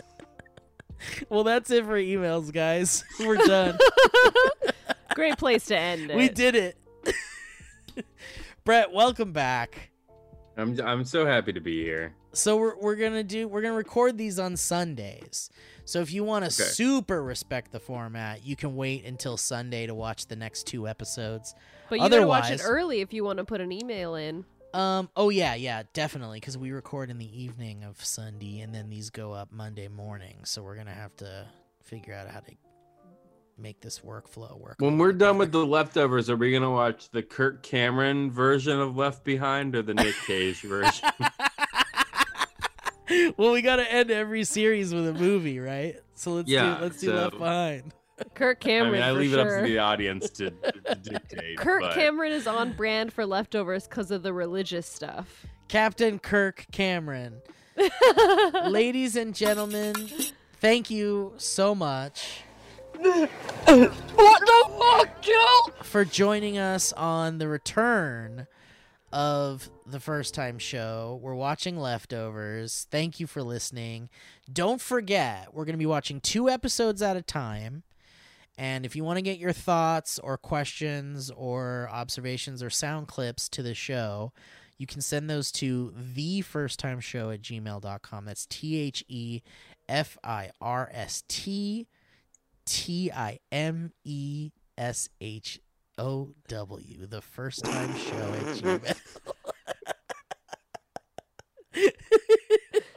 S3: well, that's it for emails, guys. We're done.
S4: Great place to end it.
S3: we did it. Brett, welcome back.
S18: I'm I'm so happy to be here.
S3: So we're we're gonna do we're gonna record these on Sundays. So if you want to
S18: Okay.
S3: super respect the format, you can wait until Sunday to watch the next two episodes.
S4: But you gotta watch it early if you want to put an email in.
S3: Um. Oh yeah, yeah, definitely. Because we record in the evening of Sunday, and then these go up Monday morning. So we're gonna have to figure out how to make this workflow work.
S18: When we're done with the leftovers, are we gonna watch the Kirk Cameron version of Left Behind or the Nick Cage version?
S3: well, we gotta end every series with a movie, right? So let's
S18: Yeah,
S3: do let's do
S18: so-
S3: Left Behind.
S4: Kirk
S18: I
S4: Cameron.
S18: mean, I
S4: for
S18: leave it
S4: sure.
S18: up to the audience to, to dictate.
S4: Kirk
S18: but-
S4: Cameron is on brand for leftovers because of the religious stuff.
S3: Captain Kirk Cameron. Ladies and gentlemen, thank you so much. For joining us on the return of the first time show. We're watching Leftovers. Thank you for listening. Don't forget, we're going to be watching two episodes at a time. And if you want to get your thoughts or questions or observations or sound clips to the show, you can send those to the first time show at gmail.com. That's T H E F I R S T T I M E S H O W, the first time show at Gmail.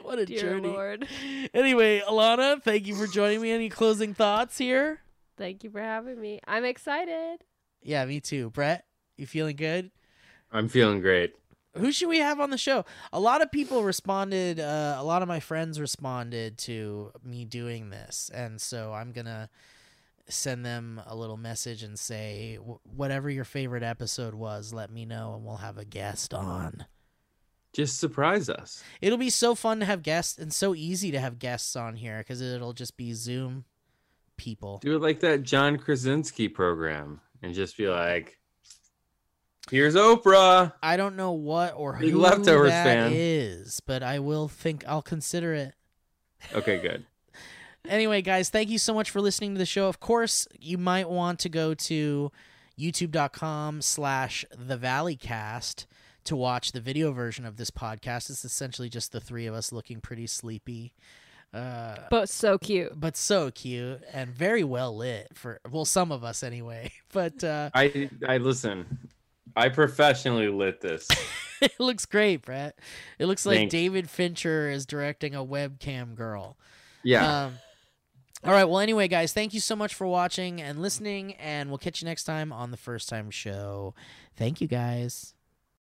S3: what a
S4: Dear
S3: journey.
S4: Lord.
S3: Anyway, Alana, thank you for joining me. Any closing thoughts here?
S4: Thank you for having me. I'm excited.
S3: Yeah, me too. Brett, you feeling good?
S5: I'm feeling great.
S3: Who should we have on the show? A lot of people responded. Uh, a lot of my friends responded to me doing this, and so I'm gonna send them a little message and say, "Wh- whatever your favorite episode was, let me know, and we'll have a guest on.
S5: Just surprise us.
S3: It'll be so fun to have guests, and so easy to have guests on here because it'll just be Zoom people.
S5: Do it like that John Krasinski program and just be like, here's Oprah.
S3: I don't know what or
S5: Big
S3: who
S5: leftovers
S3: that
S5: fan.
S3: is, but I will think I'll consider it.
S5: Okay, good.
S3: anyway, guys, thank you so much for listening to the show. Of course, you might want to go to youtube.com slash the valleycast to watch the video version of this podcast. It's essentially just the three of us looking pretty sleepy. Uh,
S4: But so cute.
S3: but so cute and very well lit for well some of us anyway but uh
S5: I I listen. I professionally lit this.
S3: it looks great brett it looks like
S5: Thanks.
S3: david fincher is directing a webcam girl
S4: Uh,
S5: Yeah.
S3: um, all right well anyway guys thank you so much for watching and listening and we'll catch you next time on the first time show thank you guys